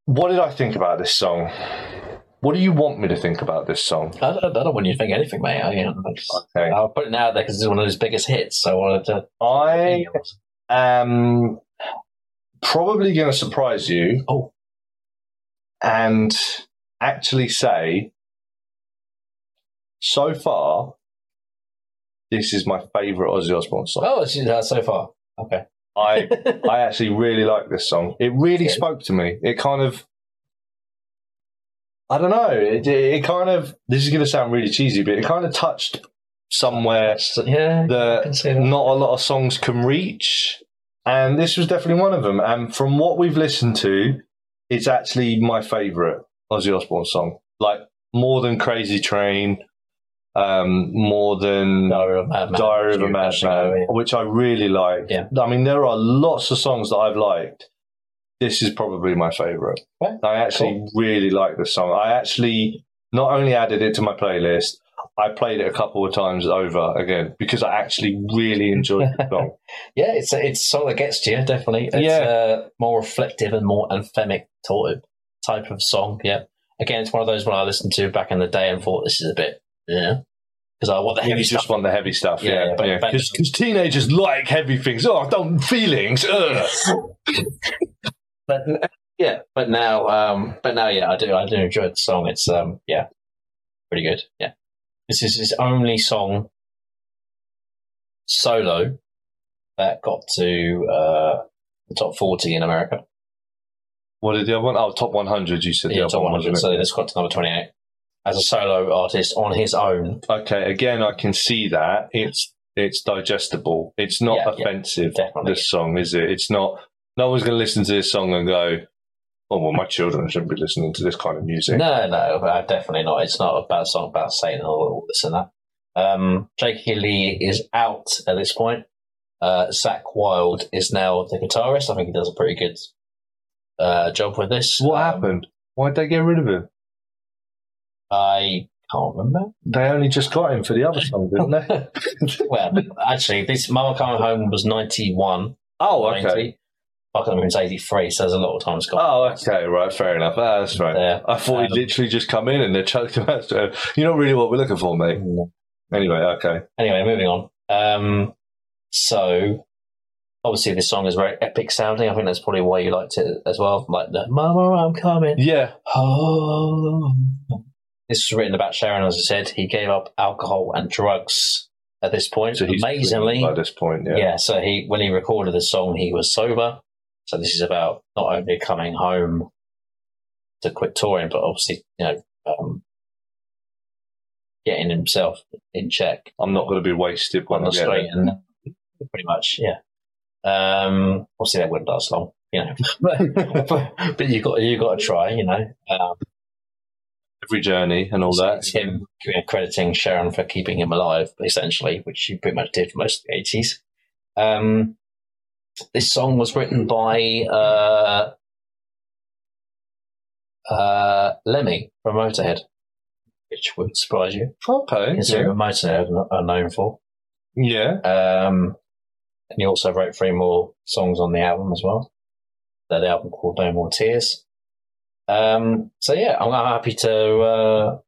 Speaker 2: what did I think about this song? What do you want me to think about this song?
Speaker 1: I don't, I don't want you to think anything, mate. I, you know, I just,
Speaker 2: Okay.
Speaker 1: I'll put it out there because it's one of his biggest hits. So I wanted to.
Speaker 2: I am probably going to surprise you
Speaker 1: Oh.
Speaker 2: and actually say so far, this is my favorite Ozzy Osbourne song.
Speaker 1: Oh, she's out so far. Okay.
Speaker 2: I, I actually really like this song. It really
Speaker 1: Yeah.
Speaker 2: spoke to me. It kind of, I don't know, it, it kind of, this is going to sound really cheesy, but it kind of touched somewhere
Speaker 1: yeah. I can
Speaker 2: that
Speaker 1: see that.
Speaker 2: not a lot of songs can reach. And this was definitely one of them. And from what we've listened to, it's actually my favorite Ozzy Osbourne song. Like more than Crazy Train, um, more than
Speaker 1: Diary of a Madman.
Speaker 2: Diary of a Madman, which I really like.
Speaker 1: Yeah.
Speaker 2: I mean, there are lots of songs that I've liked. This is probably my favorite.
Speaker 1: Okay,
Speaker 2: I actually really like this song. I actually not only added it to my playlist, I played it a couple of times over again because I actually really enjoyed the song.
Speaker 1: Yeah, it's a, it's a song that gets to you definitely. It's yeah. a more reflective and more anthemic sort of type of song. Yeah. Again, it's one of those when I listened to back in the day and thought this is a bit yeah because I want the
Speaker 2: You
Speaker 1: heavy
Speaker 2: just
Speaker 1: stuff.
Speaker 2: want the heavy stuff,
Speaker 1: Yeah,
Speaker 2: yeah.
Speaker 1: but- but-
Speaker 2: Because teenagers like heavy things. Oh, don't feelings. Ugh.
Speaker 1: But n- yeah, but now um but now yeah I do I do enjoy the song. It's um yeah Pretty good. Yeah. This is his only song solo that got to uh, the top 40 in America.
Speaker 2: What did the other one? Oh, top 100. You said
Speaker 1: Yeah,
Speaker 2: the
Speaker 1: top
Speaker 2: other one.
Speaker 1: 100.
Speaker 2: wasn't
Speaker 1: So this got to number 28 as a solo artist on his own.
Speaker 2: it? Okay, again, I can see that it's it's digestible. It's not
Speaker 1: Yeah, yeah,
Speaker 2: offensive.
Speaker 1: Definitely.
Speaker 2: this song, is it? It's not. No one's going to listen to this song and go, "Oh well, my children shouldn't be listening to this kind of music."
Speaker 1: No, no, uh, definitely not. It's not a bad song about Satan or all this and that. Um, Jake Healy is out at this point. Uh, Zach Wild is now the guitarist. I think he does a pretty good uh, job with this.
Speaker 2: What
Speaker 1: Um,
Speaker 2: happened? Why'd they get rid of him?
Speaker 1: I can't remember.
Speaker 2: They only just got him for the other song, didn't they?
Speaker 1: Well, actually, this Mama Coming Home was 91.
Speaker 2: oh, okay.
Speaker 1: 90. Fuck, I mean, it's 83, so there's a lot of time's gone.
Speaker 2: Oh, okay. Right, fair enough. Ah, that's right.
Speaker 1: there.
Speaker 2: I thought he'd
Speaker 1: Um,
Speaker 2: literally just come in and they chucked him out. straight away. You're not really what we're looking for, mate. Anyway, okay.
Speaker 1: anyway, moving on. Um, so obviously this song is very epic sounding. I think that's probably why you liked it as well. Like the "Mama, I'm coming
Speaker 2: Yeah,
Speaker 1: home." This was written about Sharon, as I said. He gave up alcohol and drugs at this point.
Speaker 2: so he's
Speaker 1: Amazingly,
Speaker 2: by this point.
Speaker 1: yeah.
Speaker 2: Yeah,
Speaker 1: So he, when he recorded the song, he was sober. So this is about not only coming home to quit touring, but obviously, you know, um, getting himself in check
Speaker 2: I'm not going to be wasted when
Speaker 1: on
Speaker 2: I
Speaker 1: the
Speaker 2: get
Speaker 1: straight
Speaker 2: there.
Speaker 1: and pretty much, yeah. Um, obviously that wouldn't last long, you know. but, but you got you got to try, you know. Um,
Speaker 2: every journey and all
Speaker 1: so
Speaker 2: that.
Speaker 1: it's him crediting Sharon for keeping him alive, essentially, which she pretty much did for most of the eighties. Um, this song was written by uh, uh, Lemmy from Motorhead, which would surprise you,
Speaker 2: Okay.
Speaker 1: considering
Speaker 2: Yeah.
Speaker 1: what Motorhead are known for.
Speaker 2: yeah.
Speaker 1: Um, and he also wrote three more songs on the album as well. That album called No More Tears. Um, so yeah, I'm happy to uh,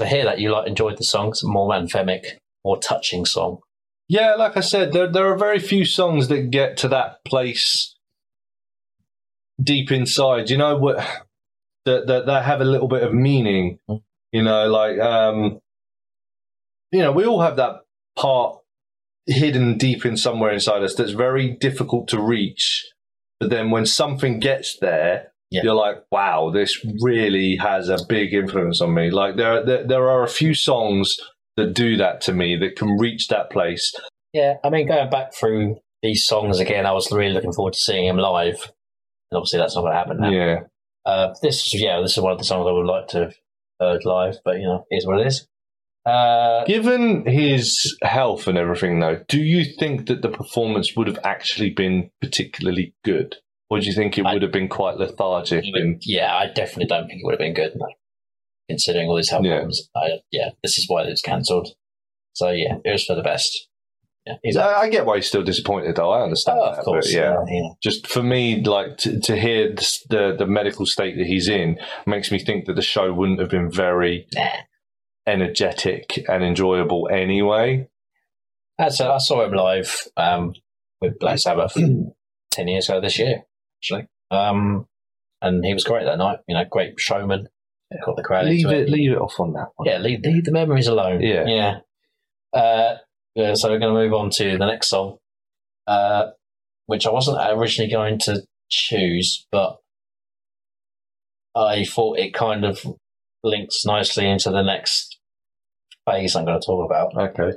Speaker 1: to hear that you like enjoyed the songs more anthemic, more touching song.
Speaker 2: Yeah, like I said, there there are very few songs that get to that place deep inside. You know what? That that that have a little bit of meaning. You know, like um, you know, we all have that part hidden deep in somewhere inside us that's very difficult to reach. But then when something gets there,
Speaker 1: Yeah.
Speaker 2: you're like, wow, this really has a big influence on me. Like there, there there are a few songs that do that to me that can reach that place.
Speaker 1: Yeah, I mean, going back through these songs again, I was really looking forward to seeing him live, and obviously that's not going to happen now.
Speaker 2: Yeah.
Speaker 1: Uh, this, yeah, this is one of the songs I would like to have heard live, but you know, it is what it is. Uh,
Speaker 2: Given his health and everything, though, do you think that the performance would have actually been particularly good? Or do you think it
Speaker 1: I-
Speaker 2: would have been quite lethargic? And,
Speaker 1: yeah, I definitely don't think it would have been good. No. Considering all these health
Speaker 2: Yeah.
Speaker 1: problems, I, yeah, this is why it was cancelled. So yeah, it was for the best. Yeah, he's out.
Speaker 2: I, I get why he's still disappointed, though. I understand
Speaker 1: Oh,
Speaker 2: that.
Speaker 1: of course,
Speaker 2: But, yeah.
Speaker 1: uh, yeah.
Speaker 2: Just for me, like to, to hear this, the the medical state that he's in makes me think that the show wouldn't have been very
Speaker 1: Nah.
Speaker 2: energetic and enjoyable anyway.
Speaker 1: I saw, I saw him live um, with Black Sabbath ten years ago this year, actually, um, and he was great that night. You know, great showman. Got the crowd
Speaker 2: Leave
Speaker 1: into
Speaker 2: it, leave it off on that one.
Speaker 1: Yeah, leave, leave the memories alone.
Speaker 2: Yeah.
Speaker 1: Yeah. Uh, yeah, so we're going to move on to the next song, uh, which I wasn't originally going to choose, but I thought it kind of links nicely into the next phase I'm going to talk about.
Speaker 2: Okay.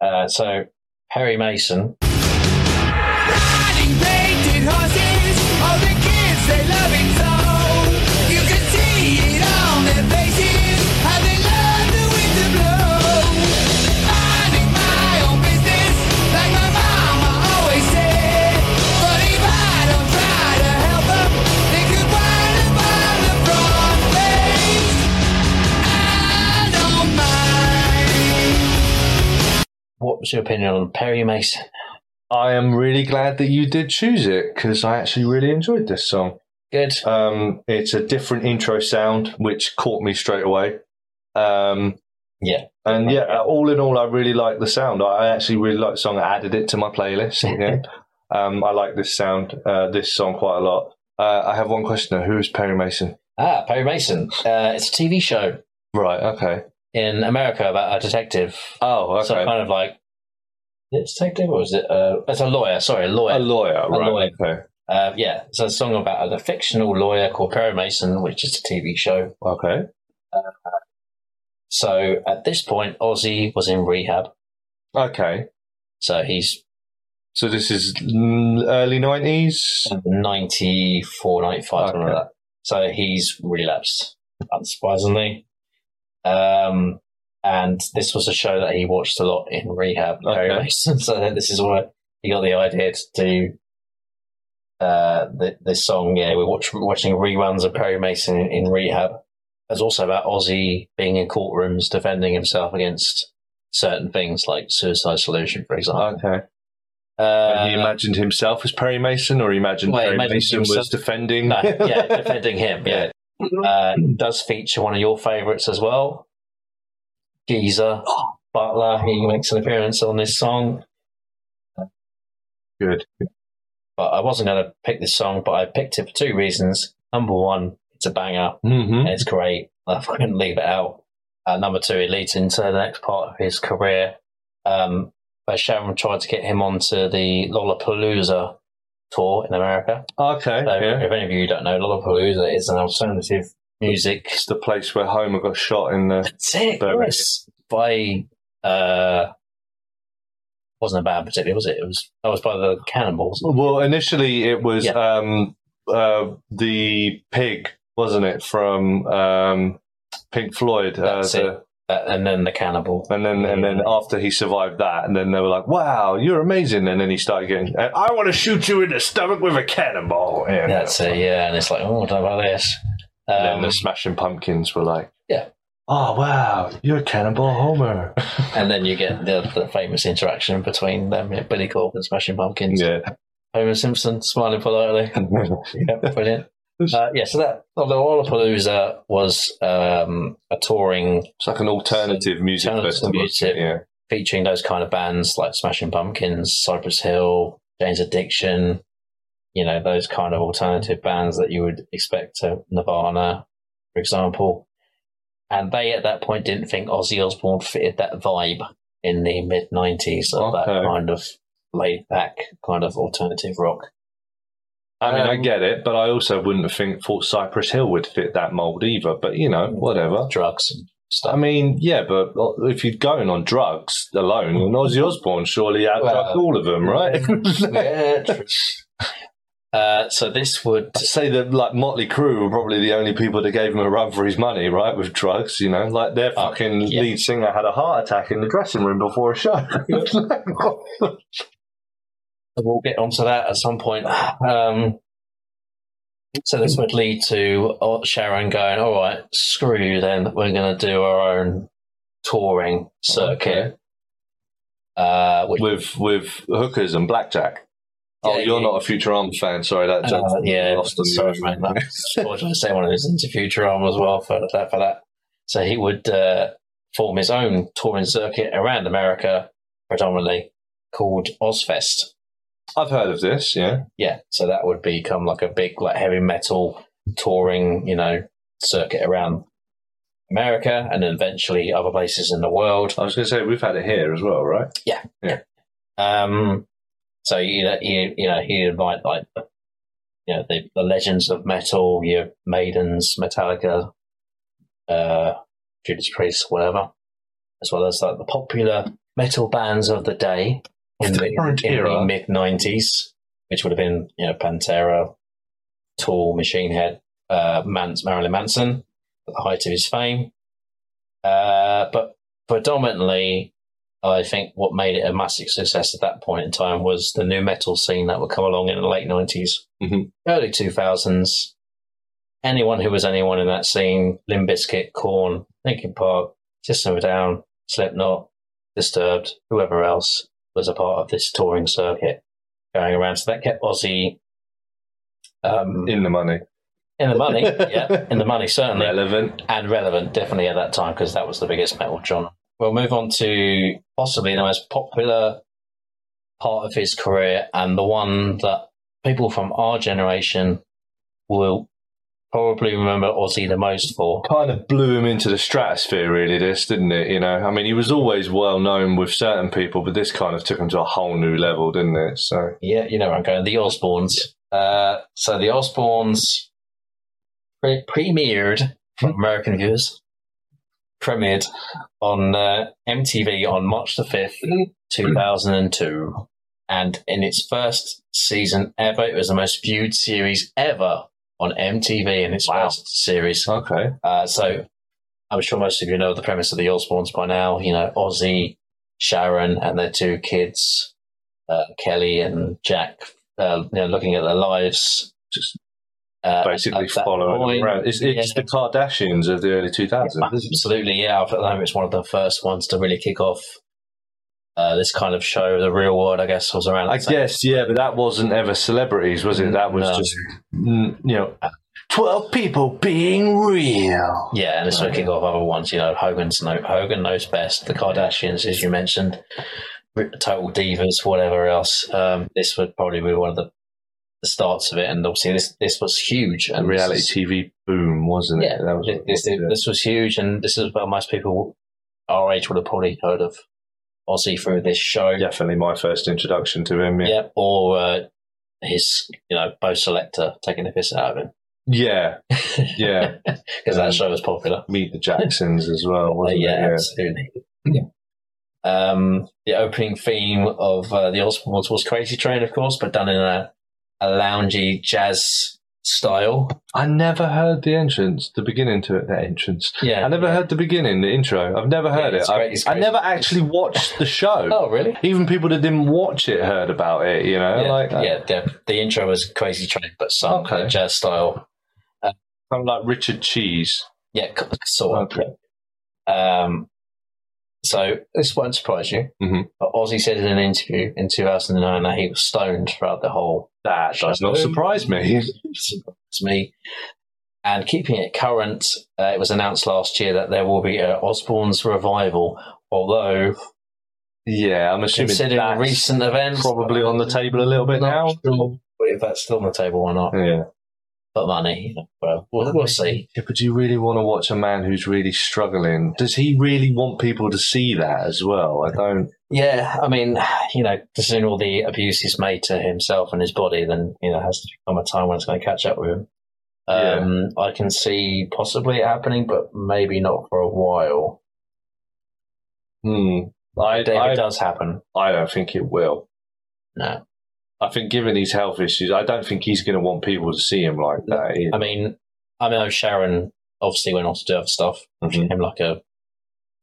Speaker 1: Uh, so, Perry Mason.
Speaker 3: Riding painted horses, all the kids they love it so. You can see it on their faces, how they love the wind to blow. Minding my own business, like my mama always said. But if I don't try to help 'em, they could wind up on the front page. I don't mind.
Speaker 1: What was your opinion on Perry Mason?
Speaker 2: I am really glad that you did choose it because I actually really enjoyed this song.
Speaker 1: Good.
Speaker 2: Um, it's a different intro sound, which caught me straight away. Um,
Speaker 1: Yeah.
Speaker 2: and yeah, uh, all in all, I really like the sound. I actually really like the song. I added it to my playlist. Again. um, I like this sound, uh, this song quite a lot. Uh, I have one question though. Who is Perry Mason?
Speaker 1: Ah, Perry Mason. Uh, it's a TV show.
Speaker 2: Right. Okay.
Speaker 1: in America about a detective.
Speaker 2: Oh, okay.
Speaker 1: So kind of like, is it a detective or is it? Uh, it's a lawyer. Sorry, a lawyer.
Speaker 2: a lawyer, right?
Speaker 1: lawyer.
Speaker 2: Okay.
Speaker 1: Uh, yeah, it's a song about a fictional lawyer called Perry Mason, which is a TV show.
Speaker 2: Okay.
Speaker 1: So at this point, Ozzy was in rehab.
Speaker 2: Okay.
Speaker 1: So he's
Speaker 2: So this is mm, early nineties.
Speaker 1: 94, 95, something like
Speaker 2: Okay.
Speaker 1: that. So he's relapsed, unsurprisingly. Um, and this was a show that he watched a lot in rehab, Perry
Speaker 2: Okay.
Speaker 1: Mason. So this is where he got the idea to do uh, th- this song. Yeah, we're watch- watching reruns of Perry Mason in, in rehab. It's also about Ozzy being in courtrooms defending himself against certain things like suicide solution, for example.
Speaker 2: Okay.
Speaker 1: Uh,
Speaker 2: and he imagined himself as Perry Mason, or he imagined
Speaker 1: Well, he
Speaker 2: Perry
Speaker 1: imagined
Speaker 2: Mason was
Speaker 1: himself-
Speaker 2: defending.
Speaker 1: No, yeah, defending him. Yeah, uh, does feature one of your favourites as well, Geezer Butler. He makes an appearance on this song,
Speaker 2: Good.
Speaker 1: but I wasn't going to pick this song, but I picked it for two reasons. Number one, it's a banger.
Speaker 2: hmm
Speaker 1: and It's great. I couldn't leave it out. Uh, number two, it leads into the next part of his career. Um, where Sharon tried to get him onto the Lollapalooza tour in America.
Speaker 2: Okay.
Speaker 1: So
Speaker 2: yeah.
Speaker 1: if any of you don't know, Lollapalooza is an alternative music
Speaker 2: It's the place where Homer got shot in the.
Speaker 1: That's it,
Speaker 2: But- uh,
Speaker 1: Chris. By uh, wasn't a band particularly, was it? It was. That was by the Cannibals.
Speaker 2: Well, initially it was
Speaker 1: Yeah.
Speaker 2: um, uh, the pig, wasn't it, from um, Pink Floyd?
Speaker 1: That's
Speaker 2: uh,
Speaker 1: it.
Speaker 2: the-
Speaker 1: Uh, and then the Cannibal.
Speaker 2: And then, and then after he survived that, and then they were like, "Wow, you're amazing!" And then he started getting, "I want to shoot you in the stomach with a cannonball." Yeah,
Speaker 1: That's it. Yeah, and it's like, oh, I don't know about this.
Speaker 2: And then
Speaker 1: Um,
Speaker 2: the Smashing Pumpkins were like,
Speaker 1: Yeah.
Speaker 2: oh wow, you're a cannonball Homer."
Speaker 1: and then you get the, the famous interaction between them, yeah, Billy Corgan, Smashing Pumpkins,
Speaker 2: yeah,
Speaker 1: Homer Simpson, smiling politely. yeah, brilliant. Uh, yeah, so that Lollapalooza was um, a touring
Speaker 2: it's like an alternative music
Speaker 1: Alternative
Speaker 2: festival.
Speaker 1: music.
Speaker 2: Yeah,
Speaker 1: featuring those kind of bands like Smashing Pumpkins, Cypress Hill, Jane's Addiction, you know, those kind of alternative bands that you would expect to Nirvana, for example. And they at that point didn't think Ozzy Osbourne fitted that vibe in the mid 90s of that
Speaker 2: Okay.
Speaker 1: kind of laid back kind of alternative rock.
Speaker 2: I mean, I
Speaker 1: Um,
Speaker 2: get it, but I also wouldn't think Fort Cypress Hill would fit that mold either. But you know, whatever.
Speaker 1: drugs and
Speaker 2: I
Speaker 1: stuff.
Speaker 2: mean, yeah, but uh, if you're going on drugs alone, then Ozzy Osbourne surely outdrugged
Speaker 1: Well,
Speaker 2: all of them, right?
Speaker 1: Yeah, true. Uh, so this would
Speaker 2: I'd say that like Motley Crue were probably the only people that gave him a run for his money, right? With drugs, you know, like their
Speaker 1: Oh,
Speaker 2: fucking
Speaker 1: yeah.
Speaker 2: lead singer had a heart attack in the dressing room before a show.
Speaker 1: we'll get onto that at some point. Um, so this would lead to uh, Sharon going, "All right, screw you. Then we're going to do our own touring circuit." Uh, which,
Speaker 2: with with hookers and blackjack. oh,
Speaker 1: Yeah,
Speaker 2: you're
Speaker 1: yeah.
Speaker 2: not a Futurama fan. Sorry, that joke.
Speaker 1: uh, yeah,
Speaker 2: lost on
Speaker 1: sorry,
Speaker 2: you.
Speaker 1: man. That's I say one of his into Futurama as well for that. For that, so he would uh, form his own touring circuit around America, predominantly called Ozfest.
Speaker 2: I've heard of this. Yeah,
Speaker 1: yeah, so that would become like a big like heavy metal touring, you know, circuit around America and then eventually other places in the world.
Speaker 2: I was going to say we've had it here as well, right?
Speaker 1: Mm-hmm. Um, so you know, you, you know, he'd invite like you know the, the legends of metal, your Maidens, Metallica, uh, Judas Priest, whatever, as well as like the popular metal bands of the day in
Speaker 2: Of the
Speaker 1: the,
Speaker 2: current era.
Speaker 1: mid nineties, which would have been you know Pantera, Tool, Machine Head, uh, Mans, Marilyn Manson at the height of his fame. Uh, but predominantly, I think what made it a massive success at that point in time was the new metal scene that would come along in the late 90s,
Speaker 2: Mhm.
Speaker 1: early 2000s. Anyone who was anyone in that scene, Limp Bizkit, Korn, Linkin Park, System of a Down, Slipknot, Disturbed, whoever else was a part of this touring circuit going around. So that kept Ozzy um,
Speaker 2: In the money,
Speaker 1: in the money, yeah, in the money, certainly
Speaker 2: relevant.
Speaker 1: and relevant, definitely at that time because that was the biggest metal genre. We'll move on to possibly the most popular part of his career and the one that people from our generation will probably remember Ozzy the most for.
Speaker 2: kind of blew him into the stratosphere, really, this, didn't it? You know, I mean, he was always well known with certain people, but this kind of took him to a whole new level, didn't it? So,
Speaker 1: Yeah, you know where I'm going. The Osbournes. Uh, so the Osbournes pre- premiered for American viewers. Premiered on uh, MTV on March the 5th, 2002. And in its first season ever, it was the most viewed series ever on MTV in its first series.
Speaker 2: okay.
Speaker 1: Uh, so I'm sure most of you know the premise of the Osbournes by now. You know, Ozzy, Sharon, and their two kids, uh, Kelly and Jack. Uh, you know, looking at their lives,
Speaker 2: Just
Speaker 1: uh,
Speaker 2: Basically
Speaker 1: at that
Speaker 2: following him
Speaker 1: point-
Speaker 2: around. It's, it's the Kardashians of the early 2000s. isn't it?
Speaker 1: Absolutely, yeah. I feel like it's one of the first ones to really kick off uh, this kind of show. The Real World, I guess, was around.
Speaker 2: I
Speaker 1: the same-
Speaker 2: guess, yeah, but that wasn't ever celebrities, was it? That was
Speaker 1: No.
Speaker 2: just, mm, you know, 12 people being real.
Speaker 1: Yeah, and it's
Speaker 2: Okay.
Speaker 1: looking off other ones. You know, Hogan's no Hogan knows best. The Kardashians, as you mentioned, total divas, whatever else. Um, this would probably be one of the, the starts of it, and obviously this this was huge.
Speaker 2: A
Speaker 1: And this
Speaker 2: reality
Speaker 1: is-
Speaker 2: TV boom, wasn't it?
Speaker 1: yeah,
Speaker 2: That was what it
Speaker 1: this, this,
Speaker 2: was, yeah.
Speaker 1: this was huge, and this is where most people our age would have probably heard of Ozzy through this show.
Speaker 2: Definitely my first introduction to him. Yeah.
Speaker 1: yeah or uh, his you know Bo Selector taking the piss out of him
Speaker 2: Yeah. Yeah.
Speaker 1: because
Speaker 2: Mm.
Speaker 1: that show was popular.
Speaker 2: Meet the Jacksons as well,
Speaker 1: Uh,
Speaker 2: wasn't
Speaker 1: yeah,
Speaker 2: it?
Speaker 1: absolutely. Yeah. Um, the opening theme of uh, the Osbournes was Crazy Train, of course, but done in a, a loungy jazz style.
Speaker 2: I never heard the entrance, the beginning to it, the entrance.
Speaker 1: Yeah.
Speaker 2: I never
Speaker 1: yeah.
Speaker 2: heard the beginning, the intro. I've never heard
Speaker 1: Yeah,
Speaker 2: it.
Speaker 1: it's
Speaker 2: I,
Speaker 1: great, it's
Speaker 2: I
Speaker 1: great.
Speaker 2: never actually watched the show.
Speaker 1: Oh, really?
Speaker 2: Even people that didn't watch it heard about it, you know?
Speaker 1: yeah,
Speaker 2: Like, uh,
Speaker 1: yeah, the, the intro was Crazy Train, but sung in
Speaker 2: Okay.
Speaker 1: a jazz style.
Speaker 2: kind of like Richard Cheese.
Speaker 1: Yeah, c- sort of. Um, so this won't surprise you,
Speaker 2: Mhm.
Speaker 1: but Ozzy said in an interview in 2009 that he was stoned throughout the whole
Speaker 2: That does not
Speaker 1: Show.
Speaker 2: surprise me.
Speaker 1: surprised me. And keeping it current, uh, it was announced last year that there will be an Osborne's revival. Although,
Speaker 2: Yeah, I'm assuming
Speaker 1: considering
Speaker 2: that's
Speaker 1: recent events,
Speaker 2: probably on the table a little bit now.
Speaker 1: not sure if that's still on the table or not.
Speaker 2: Yeah.
Speaker 1: But money, you know, well, we'll, we'll see.
Speaker 2: Yeah, but do you really want to watch a man who's really struggling? Does he really want people to see that as well? I don't.
Speaker 1: Yeah, I mean, you know, considering all the abuse he's made to himself and his body, then you know, it has to come a time when it's going to catch up with him. Um, I can see possibly it happening, but maybe not for a while.
Speaker 2: Hmm. I,
Speaker 1: But David
Speaker 2: I,
Speaker 1: does happen.
Speaker 2: I don't think it will.
Speaker 1: No.
Speaker 2: I think given his health issues, I don't think he's going to want people to see him like that.
Speaker 1: I mean, I know Sharon obviously went on to do other stuff. She
Speaker 2: Mhm.
Speaker 1: became like a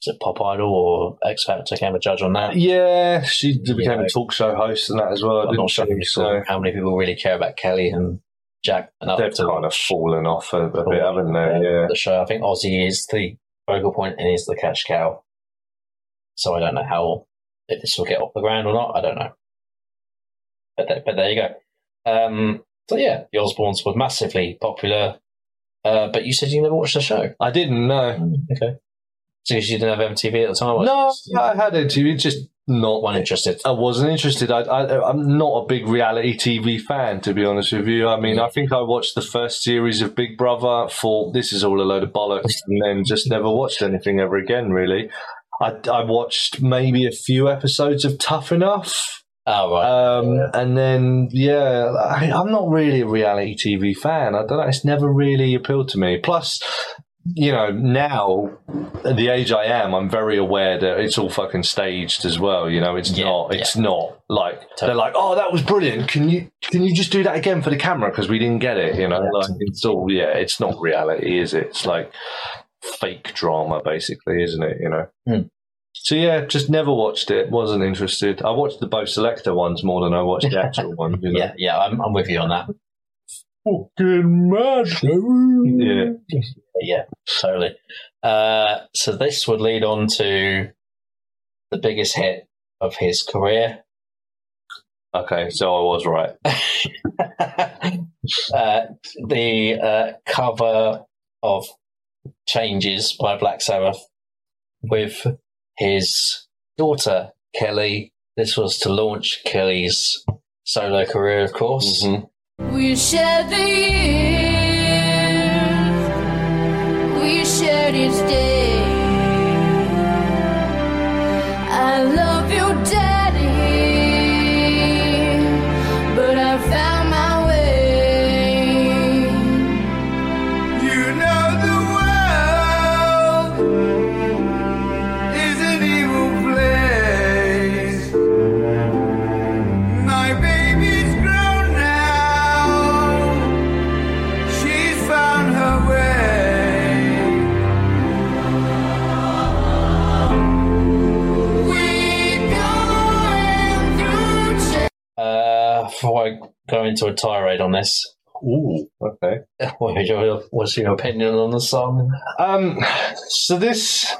Speaker 1: was it Pop Idol or X Factor became a judge on that.
Speaker 2: yeah, she d- became
Speaker 1: Yeah.
Speaker 2: a talk show host and that as well.
Speaker 1: I'm
Speaker 2: didn't
Speaker 1: not sure
Speaker 2: she? So
Speaker 1: how many people really care about Kelly and Jack and
Speaker 2: they've kind of fallen off a, a bit, haven't they? Yeah.
Speaker 1: the show. I think Ozzy is the focal point and is the cash cow. So I don't know how if this will get off the ground or not. I don't know. But there, but there you go. Um, so yeah, the Osbournes were massively popular. Uh, but you said you never watched the show.
Speaker 2: I didn't know.
Speaker 1: Okay. So you didn't have MTV at the time? or-
Speaker 2: No, I had it. It just not
Speaker 1: One interested.
Speaker 2: I wasn't interested. I, I, I'm not a big reality TV fan, to be honest with you. I mean, I think I watched the first series of Big Brother, thought this is all a load of bollocks, and then just never watched anything ever again, really. I, I watched maybe a few episodes of Tough Enough.
Speaker 1: Oh, right.
Speaker 2: Um,
Speaker 1: Yeah.
Speaker 2: And then, yeah, I, I'm not really a reality TV fan. I don't know. It's never really appealed to me. Plus, you know, now at the age I am, I'm very aware that it's all fucking staged as well. You know, it's
Speaker 1: Yeah,
Speaker 2: not.
Speaker 1: yeah.
Speaker 2: It's not like they're like, oh, that was brilliant. Can you can you just do that again for the camera because we didn't get it? You know, like it's all yeah. It's not reality, is it? It's like fake drama, basically, isn't it? You know.
Speaker 1: Hmm.
Speaker 2: So yeah, just never watched it. Wasn't interested. I watched the Bo Selector ones more than I watched the actual ones. You know?
Speaker 1: yeah, yeah, I'm, I'm with you on that.
Speaker 2: Fucking mad. Yeah.
Speaker 1: Yeah, totally. Uh, so this would lead on to the biggest hit of his career.
Speaker 2: Okay, so I was right.
Speaker 1: uh, the uh, cover of Changes by Black Sabbath with his daughter, Kelly. This was to launch Kelly's
Speaker 2: Mm-hmm.
Speaker 1: Mm-hmm. solo career, of course.
Speaker 2: Mhm.
Speaker 4: We shared the years we shared each day. I love you, Daddy, but I found my way.
Speaker 3: You know the world is an evil place. My baby's grown now. She's found her way.
Speaker 4: We're going through change.
Speaker 1: Uh, before I go into a tirade on this,
Speaker 2: Ooh, okay.
Speaker 1: what's your, what's your opinion on the song?
Speaker 2: Um, so this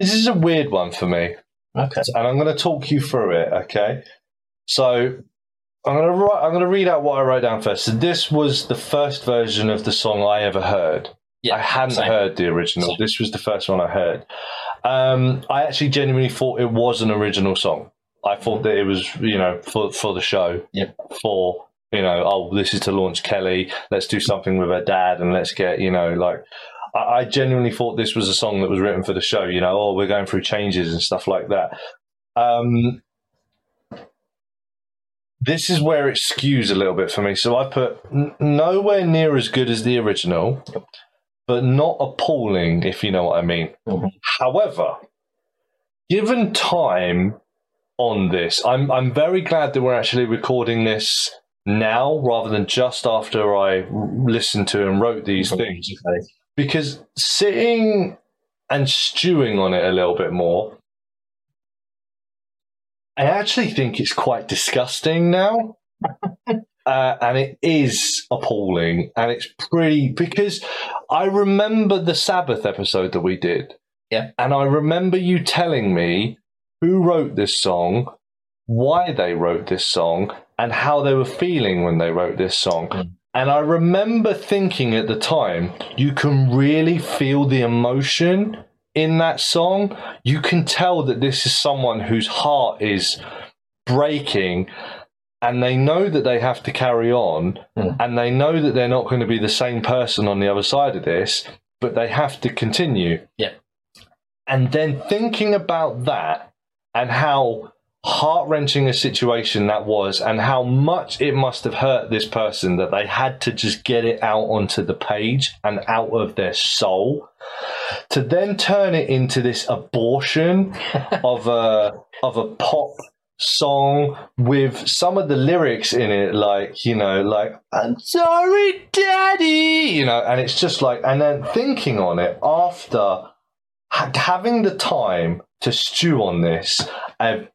Speaker 2: this is a weird one for me,
Speaker 1: Okay.
Speaker 2: and I'm going to talk you through it. Okay, so I'm going to write, I'm going to read out what I wrote down first. So this was the first version of the song I ever heard. I hadn't
Speaker 1: same.
Speaker 2: heard the original.
Speaker 1: Same.
Speaker 2: This was the first one I heard. Um, I actually genuinely thought it was an original song. I thought that it was, you know, for for the show.
Speaker 1: Yep.
Speaker 2: For you know, oh, this is to launch Kelly. Let's do something with her dad, and let's get you know, like, I, I genuinely thought this was a song that was written for the show. You know, oh, we're going through changes and stuff like that. Um, this is where it skews a little bit for me. So I put n- nowhere near as good as the original but not appalling, if you know what I mean.
Speaker 1: Mhm.
Speaker 2: However, given time on this, I'm I'm very glad that we're actually recording this now rather than just after I r- listened to and wrote these
Speaker 1: Mm-hmm.
Speaker 2: things because sitting and stewing on it a little bit more, I actually think it's quite disgusting now. Uh, and it is appalling, and it's pretty because I remember the Sabbath episode that we did,
Speaker 1: Yeah.
Speaker 2: and I remember you telling me who wrote this song, why they wrote this song, and how they were feeling when they wrote this song. And I remember thinking at the time, you can really feel the emotion in that song. You can tell that this is someone whose heart is breaking and they know that they have to carry on
Speaker 1: Mm.
Speaker 2: and they know that they're not going to be the same person on the other side of this, but they have to continue.
Speaker 1: Yeah.
Speaker 2: And then thinking about that and how heart wrenching a situation that was, and how much it must have hurt this person that they had to just get it out onto the page and out of their soul. To then turn it into this abortion of a of a pop song with some of the lyrics in it, like you know, like "I'm sorry, daddy," you know, and it's just like, and then thinking on it after ha- having the time to stew on this, I've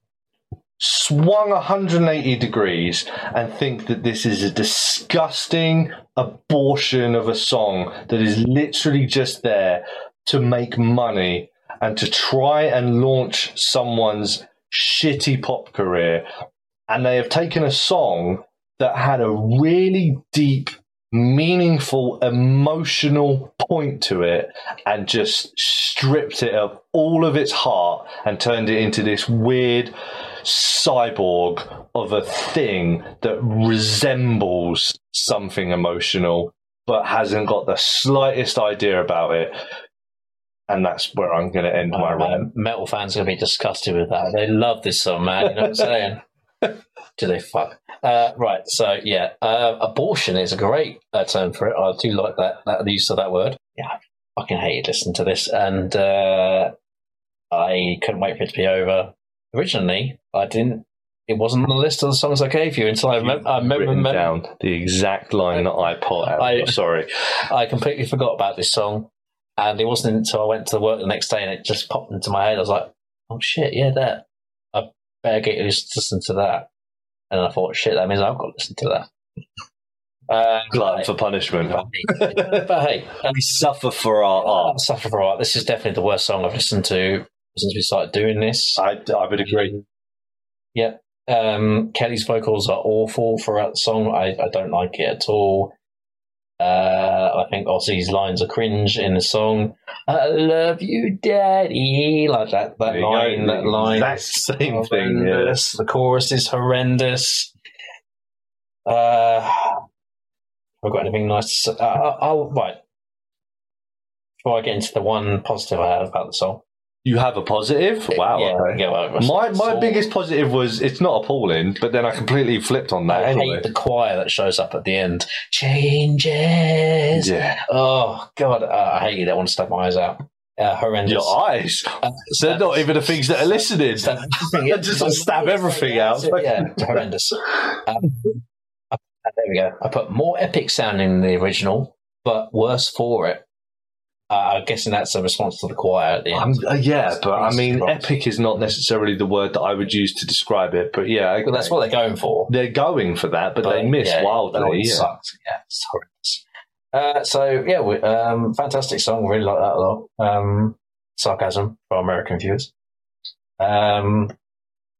Speaker 2: swung 180 degrees and think that this is a disgusting abortion of a song that is literally just there to make money and to try and launch someone's shitty pop career. And they have taken a song that had a really deep, meaningful, emotional point to it and just stripped it of all of its heart and turned it into this weird cyborg of a thing that resembles something emotional but hasn't got the slightest idea about it. And that's where I'm going to end my rant.
Speaker 1: metal fans are going to be disgusted with that. They love this song, man. You know what I'm saying? Do they fuck? Uh, right. So yeah, uh, abortion is a great uh, term for it. I do like that, that the use of that word. Yeah, I fucking hated listening to this, and uh, I couldn't wait for it to be over. Originally, I didn't. It wasn't on the list of the songs I gave you until I, mem- I mem-
Speaker 2: written
Speaker 1: mem-
Speaker 2: down the exact line that I put out. Oh,
Speaker 1: I-
Speaker 2: Sorry.
Speaker 1: I completely forgot about this song, and it wasn't until I went to work the next day and it just popped into my head. I was like, "Oh shit, yeah, that. I better get used to listen to that." And I thought, "Shit, that means I've got to listen to that." Uh,
Speaker 2: Glutton for punishment.
Speaker 1: but, but hey, um,
Speaker 2: We suffer for our
Speaker 1: oh,
Speaker 2: art.
Speaker 1: suffer for art. This is definitely the worst song I've listened to since we started doing this.
Speaker 2: I, I would agree.
Speaker 1: Yeah. Um, Kelly's vocals are awful throughout the song. I, I don't like it at all. Uh, I think Ozzy's lines are cringe in the song. I love you, daddy. Like that, that
Speaker 2: There you
Speaker 1: line,
Speaker 2: go.
Speaker 1: that line.
Speaker 2: Exact same
Speaker 1: Horrendous.
Speaker 2: thing.
Speaker 1: The
Speaker 2: Yeah.
Speaker 1: chorus is horrendous. Uh, have I got anything nice to say? Uh, I'll, right. before I get into the one positive I had about the song.
Speaker 2: You have a positive? Wow.
Speaker 1: yeah,
Speaker 2: okay.
Speaker 1: yeah, well, I-
Speaker 2: My my
Speaker 1: Saul-
Speaker 2: biggest positive was it's not appalling, but then I completely flipped on that
Speaker 1: I
Speaker 2: anyway.
Speaker 1: hate the choir that shows up at the end. Changes.
Speaker 2: Yeah.
Speaker 1: Oh God, uh, I hate that one. Stuck my eyes out. Uh, horrendous. Uh,
Speaker 2: Your eyes. They're not even the things that are listening.
Speaker 1: Stab-
Speaker 2: They just stab everything out.
Speaker 1: Yeah, horrendous. Um, I- there we go. I put more epic sounding than the original, but worse for it. Uh, I'm guessing that's a response to the choir at the
Speaker 2: I'm,
Speaker 1: end.
Speaker 2: uh, yeah, but I mean,
Speaker 1: Christ.
Speaker 2: epic is not necessarily the word that I would use to describe it. But yeah,
Speaker 1: Well, that's
Speaker 2: okay.
Speaker 1: what they're going for.
Speaker 2: they're going for that, but, they
Speaker 1: But,
Speaker 2: miss
Speaker 1: yeah, that one
Speaker 2: wildly. Yeah.
Speaker 1: Sucked. Yeah, it's horrendous. Uh, so yeah, we, um, fantastic song. Really like that a lot. Um, sarcasm for our American viewers. Um,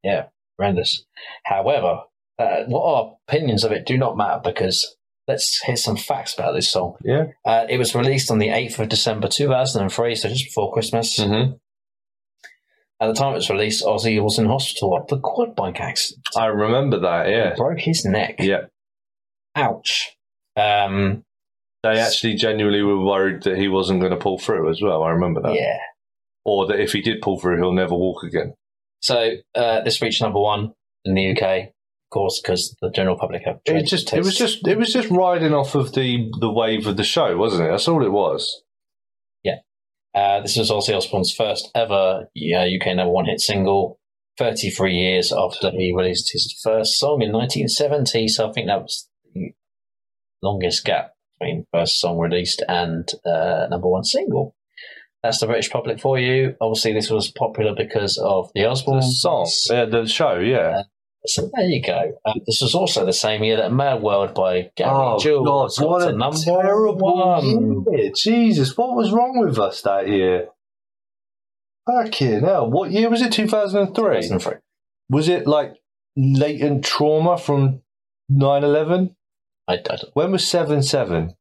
Speaker 1: yeah, horrendous. However, uh, what our opinions of it do not matter because let's hear some facts about this song.
Speaker 2: Yeah.
Speaker 1: Uh, it was released on the eighth of December two thousand and three, so just before Christmas.
Speaker 2: Mhm.
Speaker 1: At the time it was released, Ozzy was in hospital after the quad bike accident.
Speaker 2: I remember that. Yeah,
Speaker 1: He broke his neck.
Speaker 2: yeah.
Speaker 1: Ouch. Um,
Speaker 2: They actually genuinely were worried that he wasn't going to pull through as well. I remember that,
Speaker 1: Yeah.
Speaker 2: or that if he did pull through, he'll never walk again.
Speaker 1: So uh, this reached number one in the UK, of course, because the general public have.
Speaker 2: It just, it was just, it was just riding off of the the wave of the show, wasn't it? That's all it was.
Speaker 1: Uh, this was Ozzy Osbourne's first ever yeah, UK number one hit single. Thirty-three years after he released his first song in 1970, so I think that was the longest gap between first song released and uh, number one single. That's the British public for you. Obviously, this was popular because of the
Speaker 2: The
Speaker 1: Osbourne
Speaker 2: song, yeah, the show, yeah.
Speaker 1: So there you go. Uh, this was also the same year that Mad World by Gary
Speaker 2: Oh,
Speaker 1: Jewel was got to number one.
Speaker 2: year! Jesus, what was wrong with us that year? Fucking hell! What year was it? Two thousand and three.
Speaker 1: 2003.
Speaker 2: Was it like latent trauma from 9-11?
Speaker 1: I, I don't
Speaker 2: When was seven seven?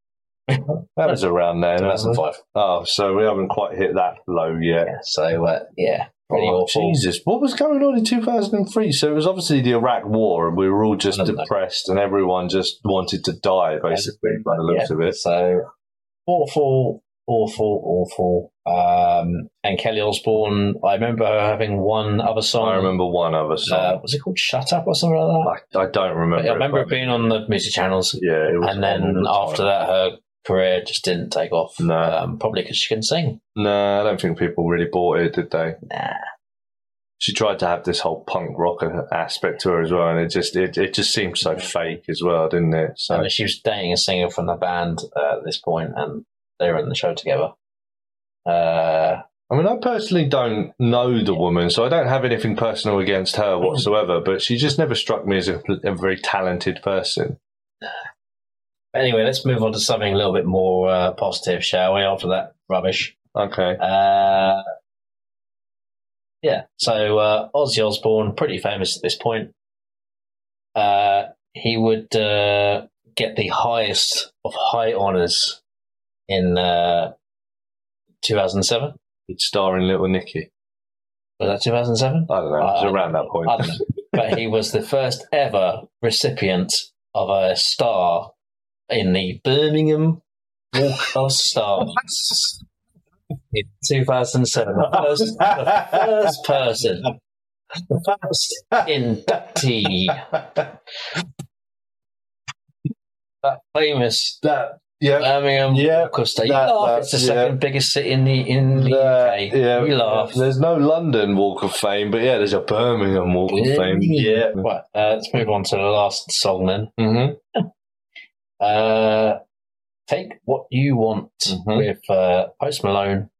Speaker 2: That was around then. wasn't it?
Speaker 1: 2005.
Speaker 2: Oh, so we haven't quite hit that low yet.
Speaker 1: Yeah, so, uh, yeah, pretty
Speaker 2: Oh,
Speaker 1: awful.
Speaker 2: Jesus, what was going on in 2003? So it was obviously the Iraq War, and we were all just
Speaker 1: I don't know.
Speaker 2: depressed, and everyone just wanted to die, basically, by the looks
Speaker 1: Yeah,
Speaker 2: of it.
Speaker 1: So, awful, awful, awful. Um, and Kelly Osbourne, I remember her having one other song.
Speaker 2: I remember one other
Speaker 1: Uh,
Speaker 2: song.
Speaker 1: was it called Shut Up or something like that?
Speaker 2: I, I don't remember.
Speaker 1: But I remember
Speaker 2: but-
Speaker 1: it being on the music channels.
Speaker 2: yeah, it was
Speaker 1: And then after that, her career just didn't take off.
Speaker 2: No.
Speaker 1: Um, probably because she couldn't sing.
Speaker 2: no, I don't think people really bought it, did they?
Speaker 1: Nah.
Speaker 2: she tried to have this whole punk rock aspect to her as well, and it just it, it just seemed so fake as well, didn't it? So
Speaker 1: And she was dating a singer from the band uh, at this point, and they were in the show together. Uh,
Speaker 2: I mean, I personally don't know the woman, so I don't have anything personal against her whatsoever. But she just never struck me as a, a very talented person.
Speaker 1: anyway, let's move on to something a little bit more uh, positive, shall we? After that rubbish.
Speaker 2: Okay,
Speaker 1: Uh, yeah, so uh, Ozzy Osbourne, pretty famous at this point. Uh, he would uh, get the highest of high honours in uh, 2007.
Speaker 2: it's starring Little Nicky.
Speaker 1: Was that 2007?
Speaker 2: I don't know. It was
Speaker 1: Uh,
Speaker 2: around that point.
Speaker 1: I don't know. but he was the first ever recipient of a star in the Birmingham Walk of Stars in 2007. The first, the first person, the first inductee, that famous
Speaker 2: that yeah,
Speaker 1: Birmingham
Speaker 2: Yeah,
Speaker 1: Walk of Stars. You
Speaker 2: that-
Speaker 1: laugh,
Speaker 2: that,
Speaker 1: it's the
Speaker 2: yeah.
Speaker 1: second biggest city in the in the
Speaker 2: that-
Speaker 1: UK.
Speaker 2: yeah.
Speaker 1: we laugh.
Speaker 2: There's no London Walk of Fame, but yeah, there's a Birmingham Walk of Fame. Yeah.
Speaker 1: Right, uh, let's move on to the last song then.
Speaker 2: Mm-hmm.
Speaker 1: Uh, take what you want
Speaker 2: Mhm.
Speaker 1: with uh, Post Malone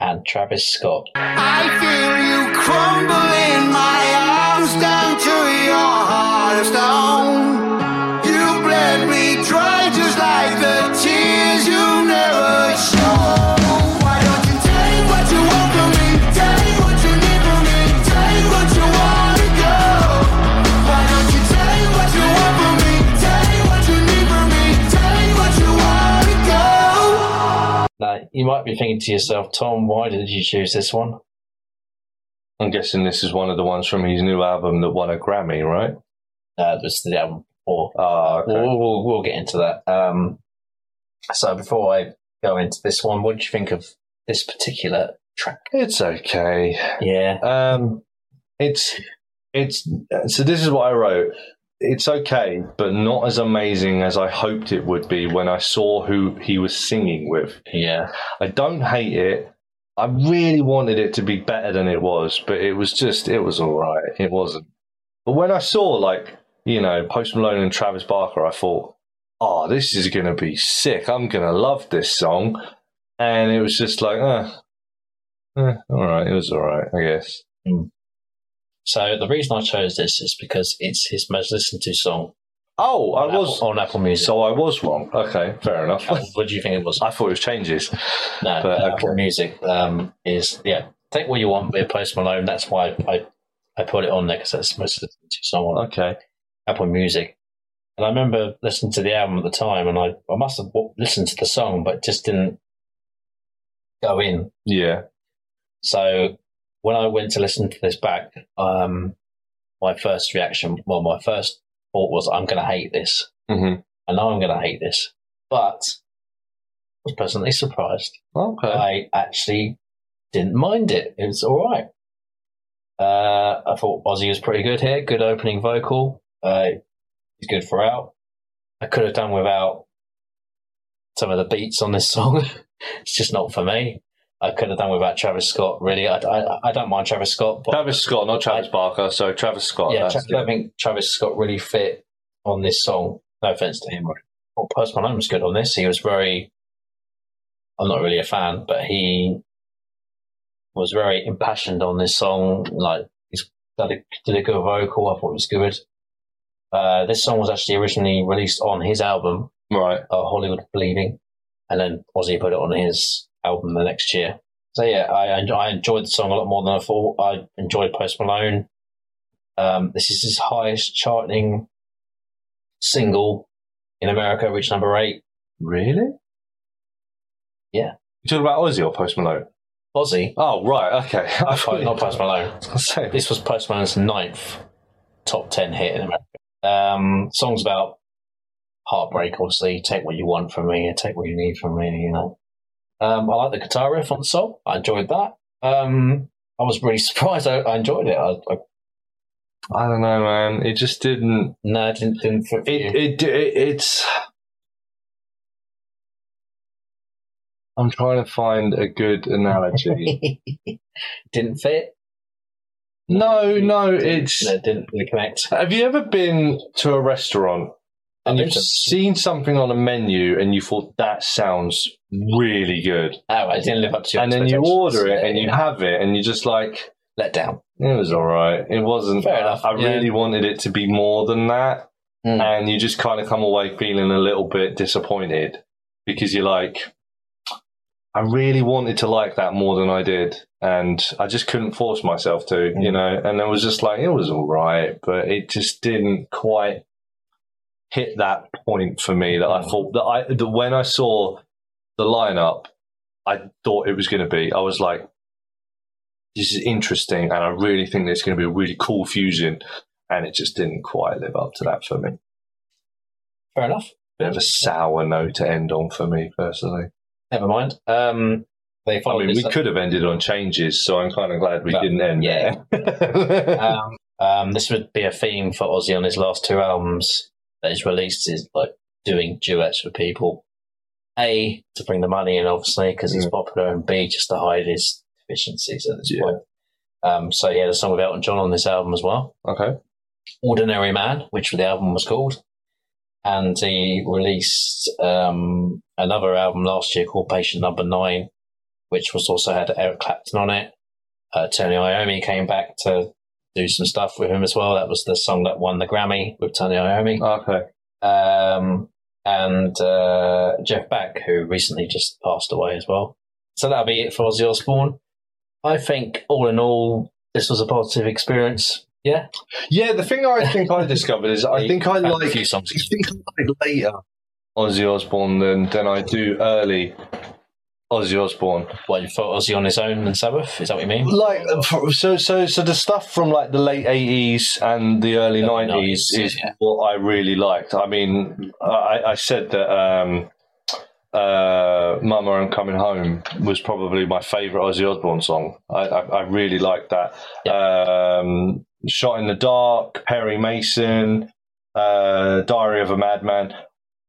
Speaker 1: and Travis Scott.
Speaker 3: I feel you crumble in my arms down to your heart of stone. You bled me dry just like the tears you never show. Why don't you take what you want from me? Take what you need from me. Take what you want to go. Why don't you take what you want from me? Take what you need from me. Take what you want to go.
Speaker 1: Now, you might be thinking to yourself, Tom, why did you choose this one?
Speaker 2: I'm guessing this is one of the ones from his new album that won a Grammy, right?
Speaker 1: Uh, this is the album before.
Speaker 2: Ah, okay.
Speaker 1: We'll, we'll, we'll get into that. Um, so before I go into this one. What do you think of this particular track?
Speaker 2: It's okay.
Speaker 1: Yeah,
Speaker 2: Um, it's it's so this is what I wrote. It's okay, but not as amazing as I hoped it would be when I saw who he was singing with.
Speaker 1: yeah,
Speaker 2: I don't hate it. I really wanted it to be better than it was, but it was just it was all right. It wasn't. But when I saw like you know Post Malone and Travis Barker, I thought, oh, this is gonna be sick. I'm gonna love this song. And it was just like, uh, eh, all right. It was all right, I guess.
Speaker 1: So the reason I chose this is because it's his most listened to song.
Speaker 2: Oh, I
Speaker 1: on
Speaker 2: was.
Speaker 1: Apple, on Apple Music.
Speaker 2: So I was wrong. Okay, fair enough.
Speaker 1: what do you think it was?
Speaker 2: I thought it was changes.
Speaker 1: No,
Speaker 2: But,
Speaker 1: uh,
Speaker 2: okay.
Speaker 1: Apple Music um, is yeah. Take what you want with Post Malone. That's why I I put it on there because that's most listened to song on
Speaker 2: Okay.
Speaker 1: Apple Music. And I remember listening to the album at the time, and I I must have w- listened to the song, but just didn't go in.
Speaker 2: Yeah.
Speaker 1: So when I went to listen to this back, um, my first reaction, well, my first thought was, I'm going to hate this.
Speaker 2: hmm
Speaker 1: I know I'm going to hate this, but I was pleasantly surprised.
Speaker 2: Okay.
Speaker 1: I actually didn't mind it. It was all right. Uh, I thought Ozzy was pretty good here. Good opening vocal. Uh, he's good for out. I could have done without some of the beats on this song. it's just not for me. I could have done without Travis Scott. Really, I, I, I don't mind Travis Scott, but
Speaker 2: Travis Scott, not Travis Barker. So Travis Scott.
Speaker 1: yeah,
Speaker 2: that's
Speaker 1: Travis, I don't think Travis Scott really fit on this song. No offense to him. Well, Post Malone was good on this. He was very. I'm not really a fan, but he was very impassioned on this song. Like he's did a, did a good vocal. I thought it was good. Uh, this song was actually originally released on his album,
Speaker 2: it. right.
Speaker 1: uh, Hollywood Bleeding, and then Ozzy put it on his album the next year. So yeah, I I I enjoyed the song a lot more than I thought. I enjoyed Post Malone. Um, this is his highest charting single in America, reached number eight.
Speaker 2: Really?
Speaker 1: Yeah.
Speaker 2: You talking about Ozzy or Post Malone?
Speaker 1: Ozzy,
Speaker 2: Oh, right. Okay. I
Speaker 1: oh, not Post Malone.
Speaker 2: I was saying-
Speaker 1: This was Post Malone's ninth top ten hit in America. Um, songs about heartbreak, obviously. Take what you want from me, and take what you need from me. You know. Um, I like the guitar riff on the song. I enjoyed that. Um, I was really surprised. I, I enjoyed it. I, I,
Speaker 2: I don't know, man. It just didn't.
Speaker 1: no, it didn't, didn't fit for you.
Speaker 2: It, it, it it's. I'm trying to find a good analogy.
Speaker 1: didn't fit.
Speaker 2: no, no, it's.
Speaker 1: No, it didn't really connect.
Speaker 2: Have you ever been to a restaurant and
Speaker 1: I've
Speaker 2: you've
Speaker 1: been to-
Speaker 2: seen something on a menu and you thought that sounds really good,
Speaker 1: Oh, I didn't live up to your
Speaker 2: and then you
Speaker 1: expectations.
Speaker 2: order it and
Speaker 1: Yeah,
Speaker 2: you
Speaker 1: yeah.
Speaker 2: have it and you're just like,
Speaker 1: let down.
Speaker 2: It was all right. It wasn't.
Speaker 1: Fair enough,
Speaker 2: I
Speaker 1: yeah.
Speaker 2: really wanted it to be more than that,
Speaker 1: Mm.
Speaker 2: and you just kind of come away feeling a little bit disappointed because you're like, I really wanted to like that more than I did, and I just couldn't force myself to,
Speaker 1: Hmm.
Speaker 2: you know. And it was just like it was all right, but it just didn't quite hit that point for me that I
Speaker 1: Hmm.
Speaker 2: thought that I that when I saw the lineup, I thought it was going to be. I was like, this is interesting, and I really think there's going to be a really cool fusion. And it just didn't quite live up to that for me.
Speaker 1: Fair enough.
Speaker 2: Bit of a sour note to end on for me personally.
Speaker 1: Never mind. Um, they
Speaker 2: I
Speaker 1: followed
Speaker 2: mean, we
Speaker 1: this up-
Speaker 2: could have ended on changes, so I'm kind of glad we
Speaker 1: But-
Speaker 2: didn't end
Speaker 1: yeah.
Speaker 2: there.
Speaker 1: um, um, this would be a theme for Ozzy on his last two albums that he's released is like doing duets with people. A to bring the money in, obviously, because he's
Speaker 2: Mm.
Speaker 1: popular, and B just to hide his deficiencies at this
Speaker 2: Yeah.
Speaker 1: point. Um, so he had a song with Elton John on this album as well,
Speaker 2: okay.
Speaker 1: "Ordinary Man," which the album was called, and he released um, another album last year called "Patient Number Nine, which was also had Eric Clapton on it. Uh, Tony Iommi came back to do some stuff with him as well. That was the song that won the Grammy with Tony Iommi.
Speaker 2: Okay.
Speaker 1: Um, and uh, Jeff Beck, who recently just passed away as well. So that'll be it for Ozzy Osbourne. I think, all in all, this was a positive experience. Yeah,
Speaker 2: Yeah, the thing I think I discovered is I
Speaker 1: You
Speaker 2: think I
Speaker 1: found a
Speaker 2: like
Speaker 1: few songs.
Speaker 2: I think I like later Ozzy Osbourne than than I do early Ozzy Osbourne.
Speaker 1: Well, you thought Ozzy on his own and Sabbath? Is that what you mean?
Speaker 2: like f- so so so the stuff from like the late 80s and the early
Speaker 1: Early
Speaker 2: 90s
Speaker 1: 90s,
Speaker 2: is
Speaker 1: yeah.
Speaker 2: what i really liked i mean i i said that um uh, "Mama, I'm Coming Home" was probably my favourite Ozzy Osbourne song. I, I, I really liked that. Um, "Shot in the Dark," Perry Mason, uh, "Diary of a Madman,"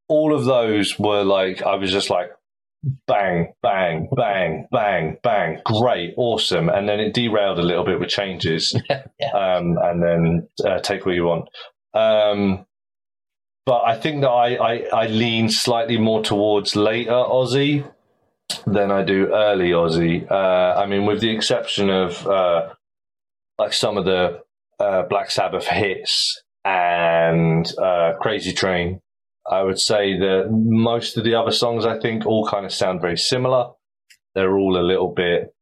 Speaker 2: all of those were like I was just like, bang, bang, bang, bang, bang, great, awesome, and then it derailed a little bit with changes, um, and then uh, take what you want. Um, but I think that I, I I lean slightly more towards later Aussie than I do early Aussie. Uh, I mean, with the exception of uh, like some of the uh, Black Sabbath hits and uh, Crazy Train, I would say that most of the other songs I think all kind of sound very similar. They're all a little bit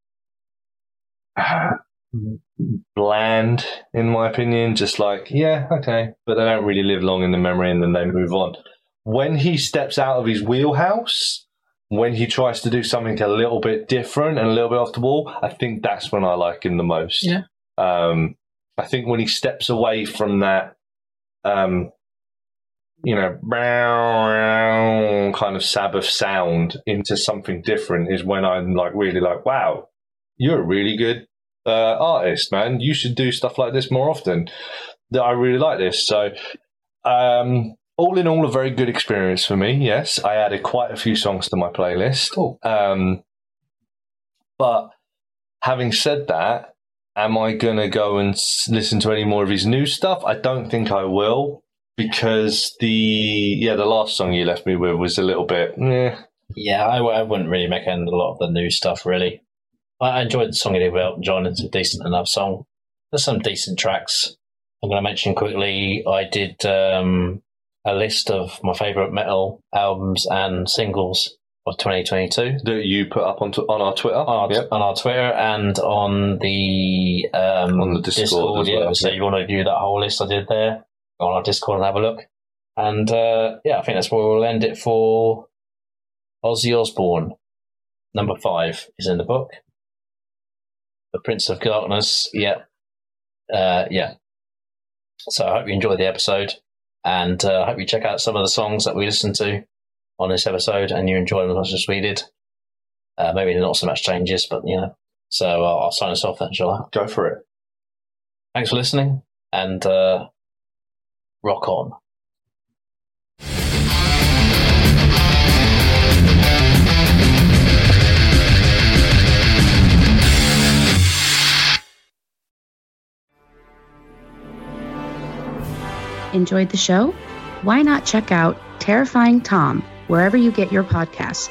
Speaker 2: bland, in my opinion. Just like, yeah, okay, but they don't really live long in the memory, and then they move on. When he steps out of his wheelhouse, when he tries to do something a little bit different and a little bit off the wall, I think that's when I like him the most.
Speaker 1: Yeah.
Speaker 2: Um, I think when he steps away from that um, you know, kind of Sabbath sound into something different is when I'm like really like, wow, you're a really good uh, artist, man. You should do stuff like this more often. That I really like this. So, um, all in all, a very good experience for me. Yes, I added quite a few songs to my playlist. Um, but having said that, am I going to go and s- listen to any more of his new stuff? I don't think I will because the yeah the last song you left me with was a little bit eh.
Speaker 1: Yeah, I, w- I wouldn't really make end a lot of the new stuff, really. I, I enjoyed the song he did with Elton John. It's a decent enough song. There's some decent tracks. I'm going to mention quickly I did um, a list of my favourite metal albums and singles of 2022
Speaker 2: that you put up on t- on our Twitter.
Speaker 1: on our,
Speaker 2: Yep.
Speaker 1: on our Twitter and on the, um,
Speaker 2: On the Discord as
Speaker 1: yeah.
Speaker 2: well,
Speaker 1: So you want to view that whole list I did there, go on our Discord and have a look. And uh, yeah, I think that's where we'll end it for Ozzy Osbourne. Number five is in the book. The Prince of Darkness. Yeah. Uh, yeah. So I hope you enjoyed the episode and uh, I hope you check out some of the songs that we listened to on this episode and you enjoy them as much as we did. Uh, maybe not so much changes, but you know. So I'll, I'll sign us off then, shall I?
Speaker 2: Go for it.
Speaker 1: Thanks for listening and uh, rock on.
Speaker 5: Enjoyed the show? Why not check out Terrifying Tom wherever you get your podcasts?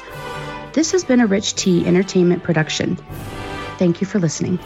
Speaker 5: This has been a Rich Tea Entertainment production. Thank you for listening.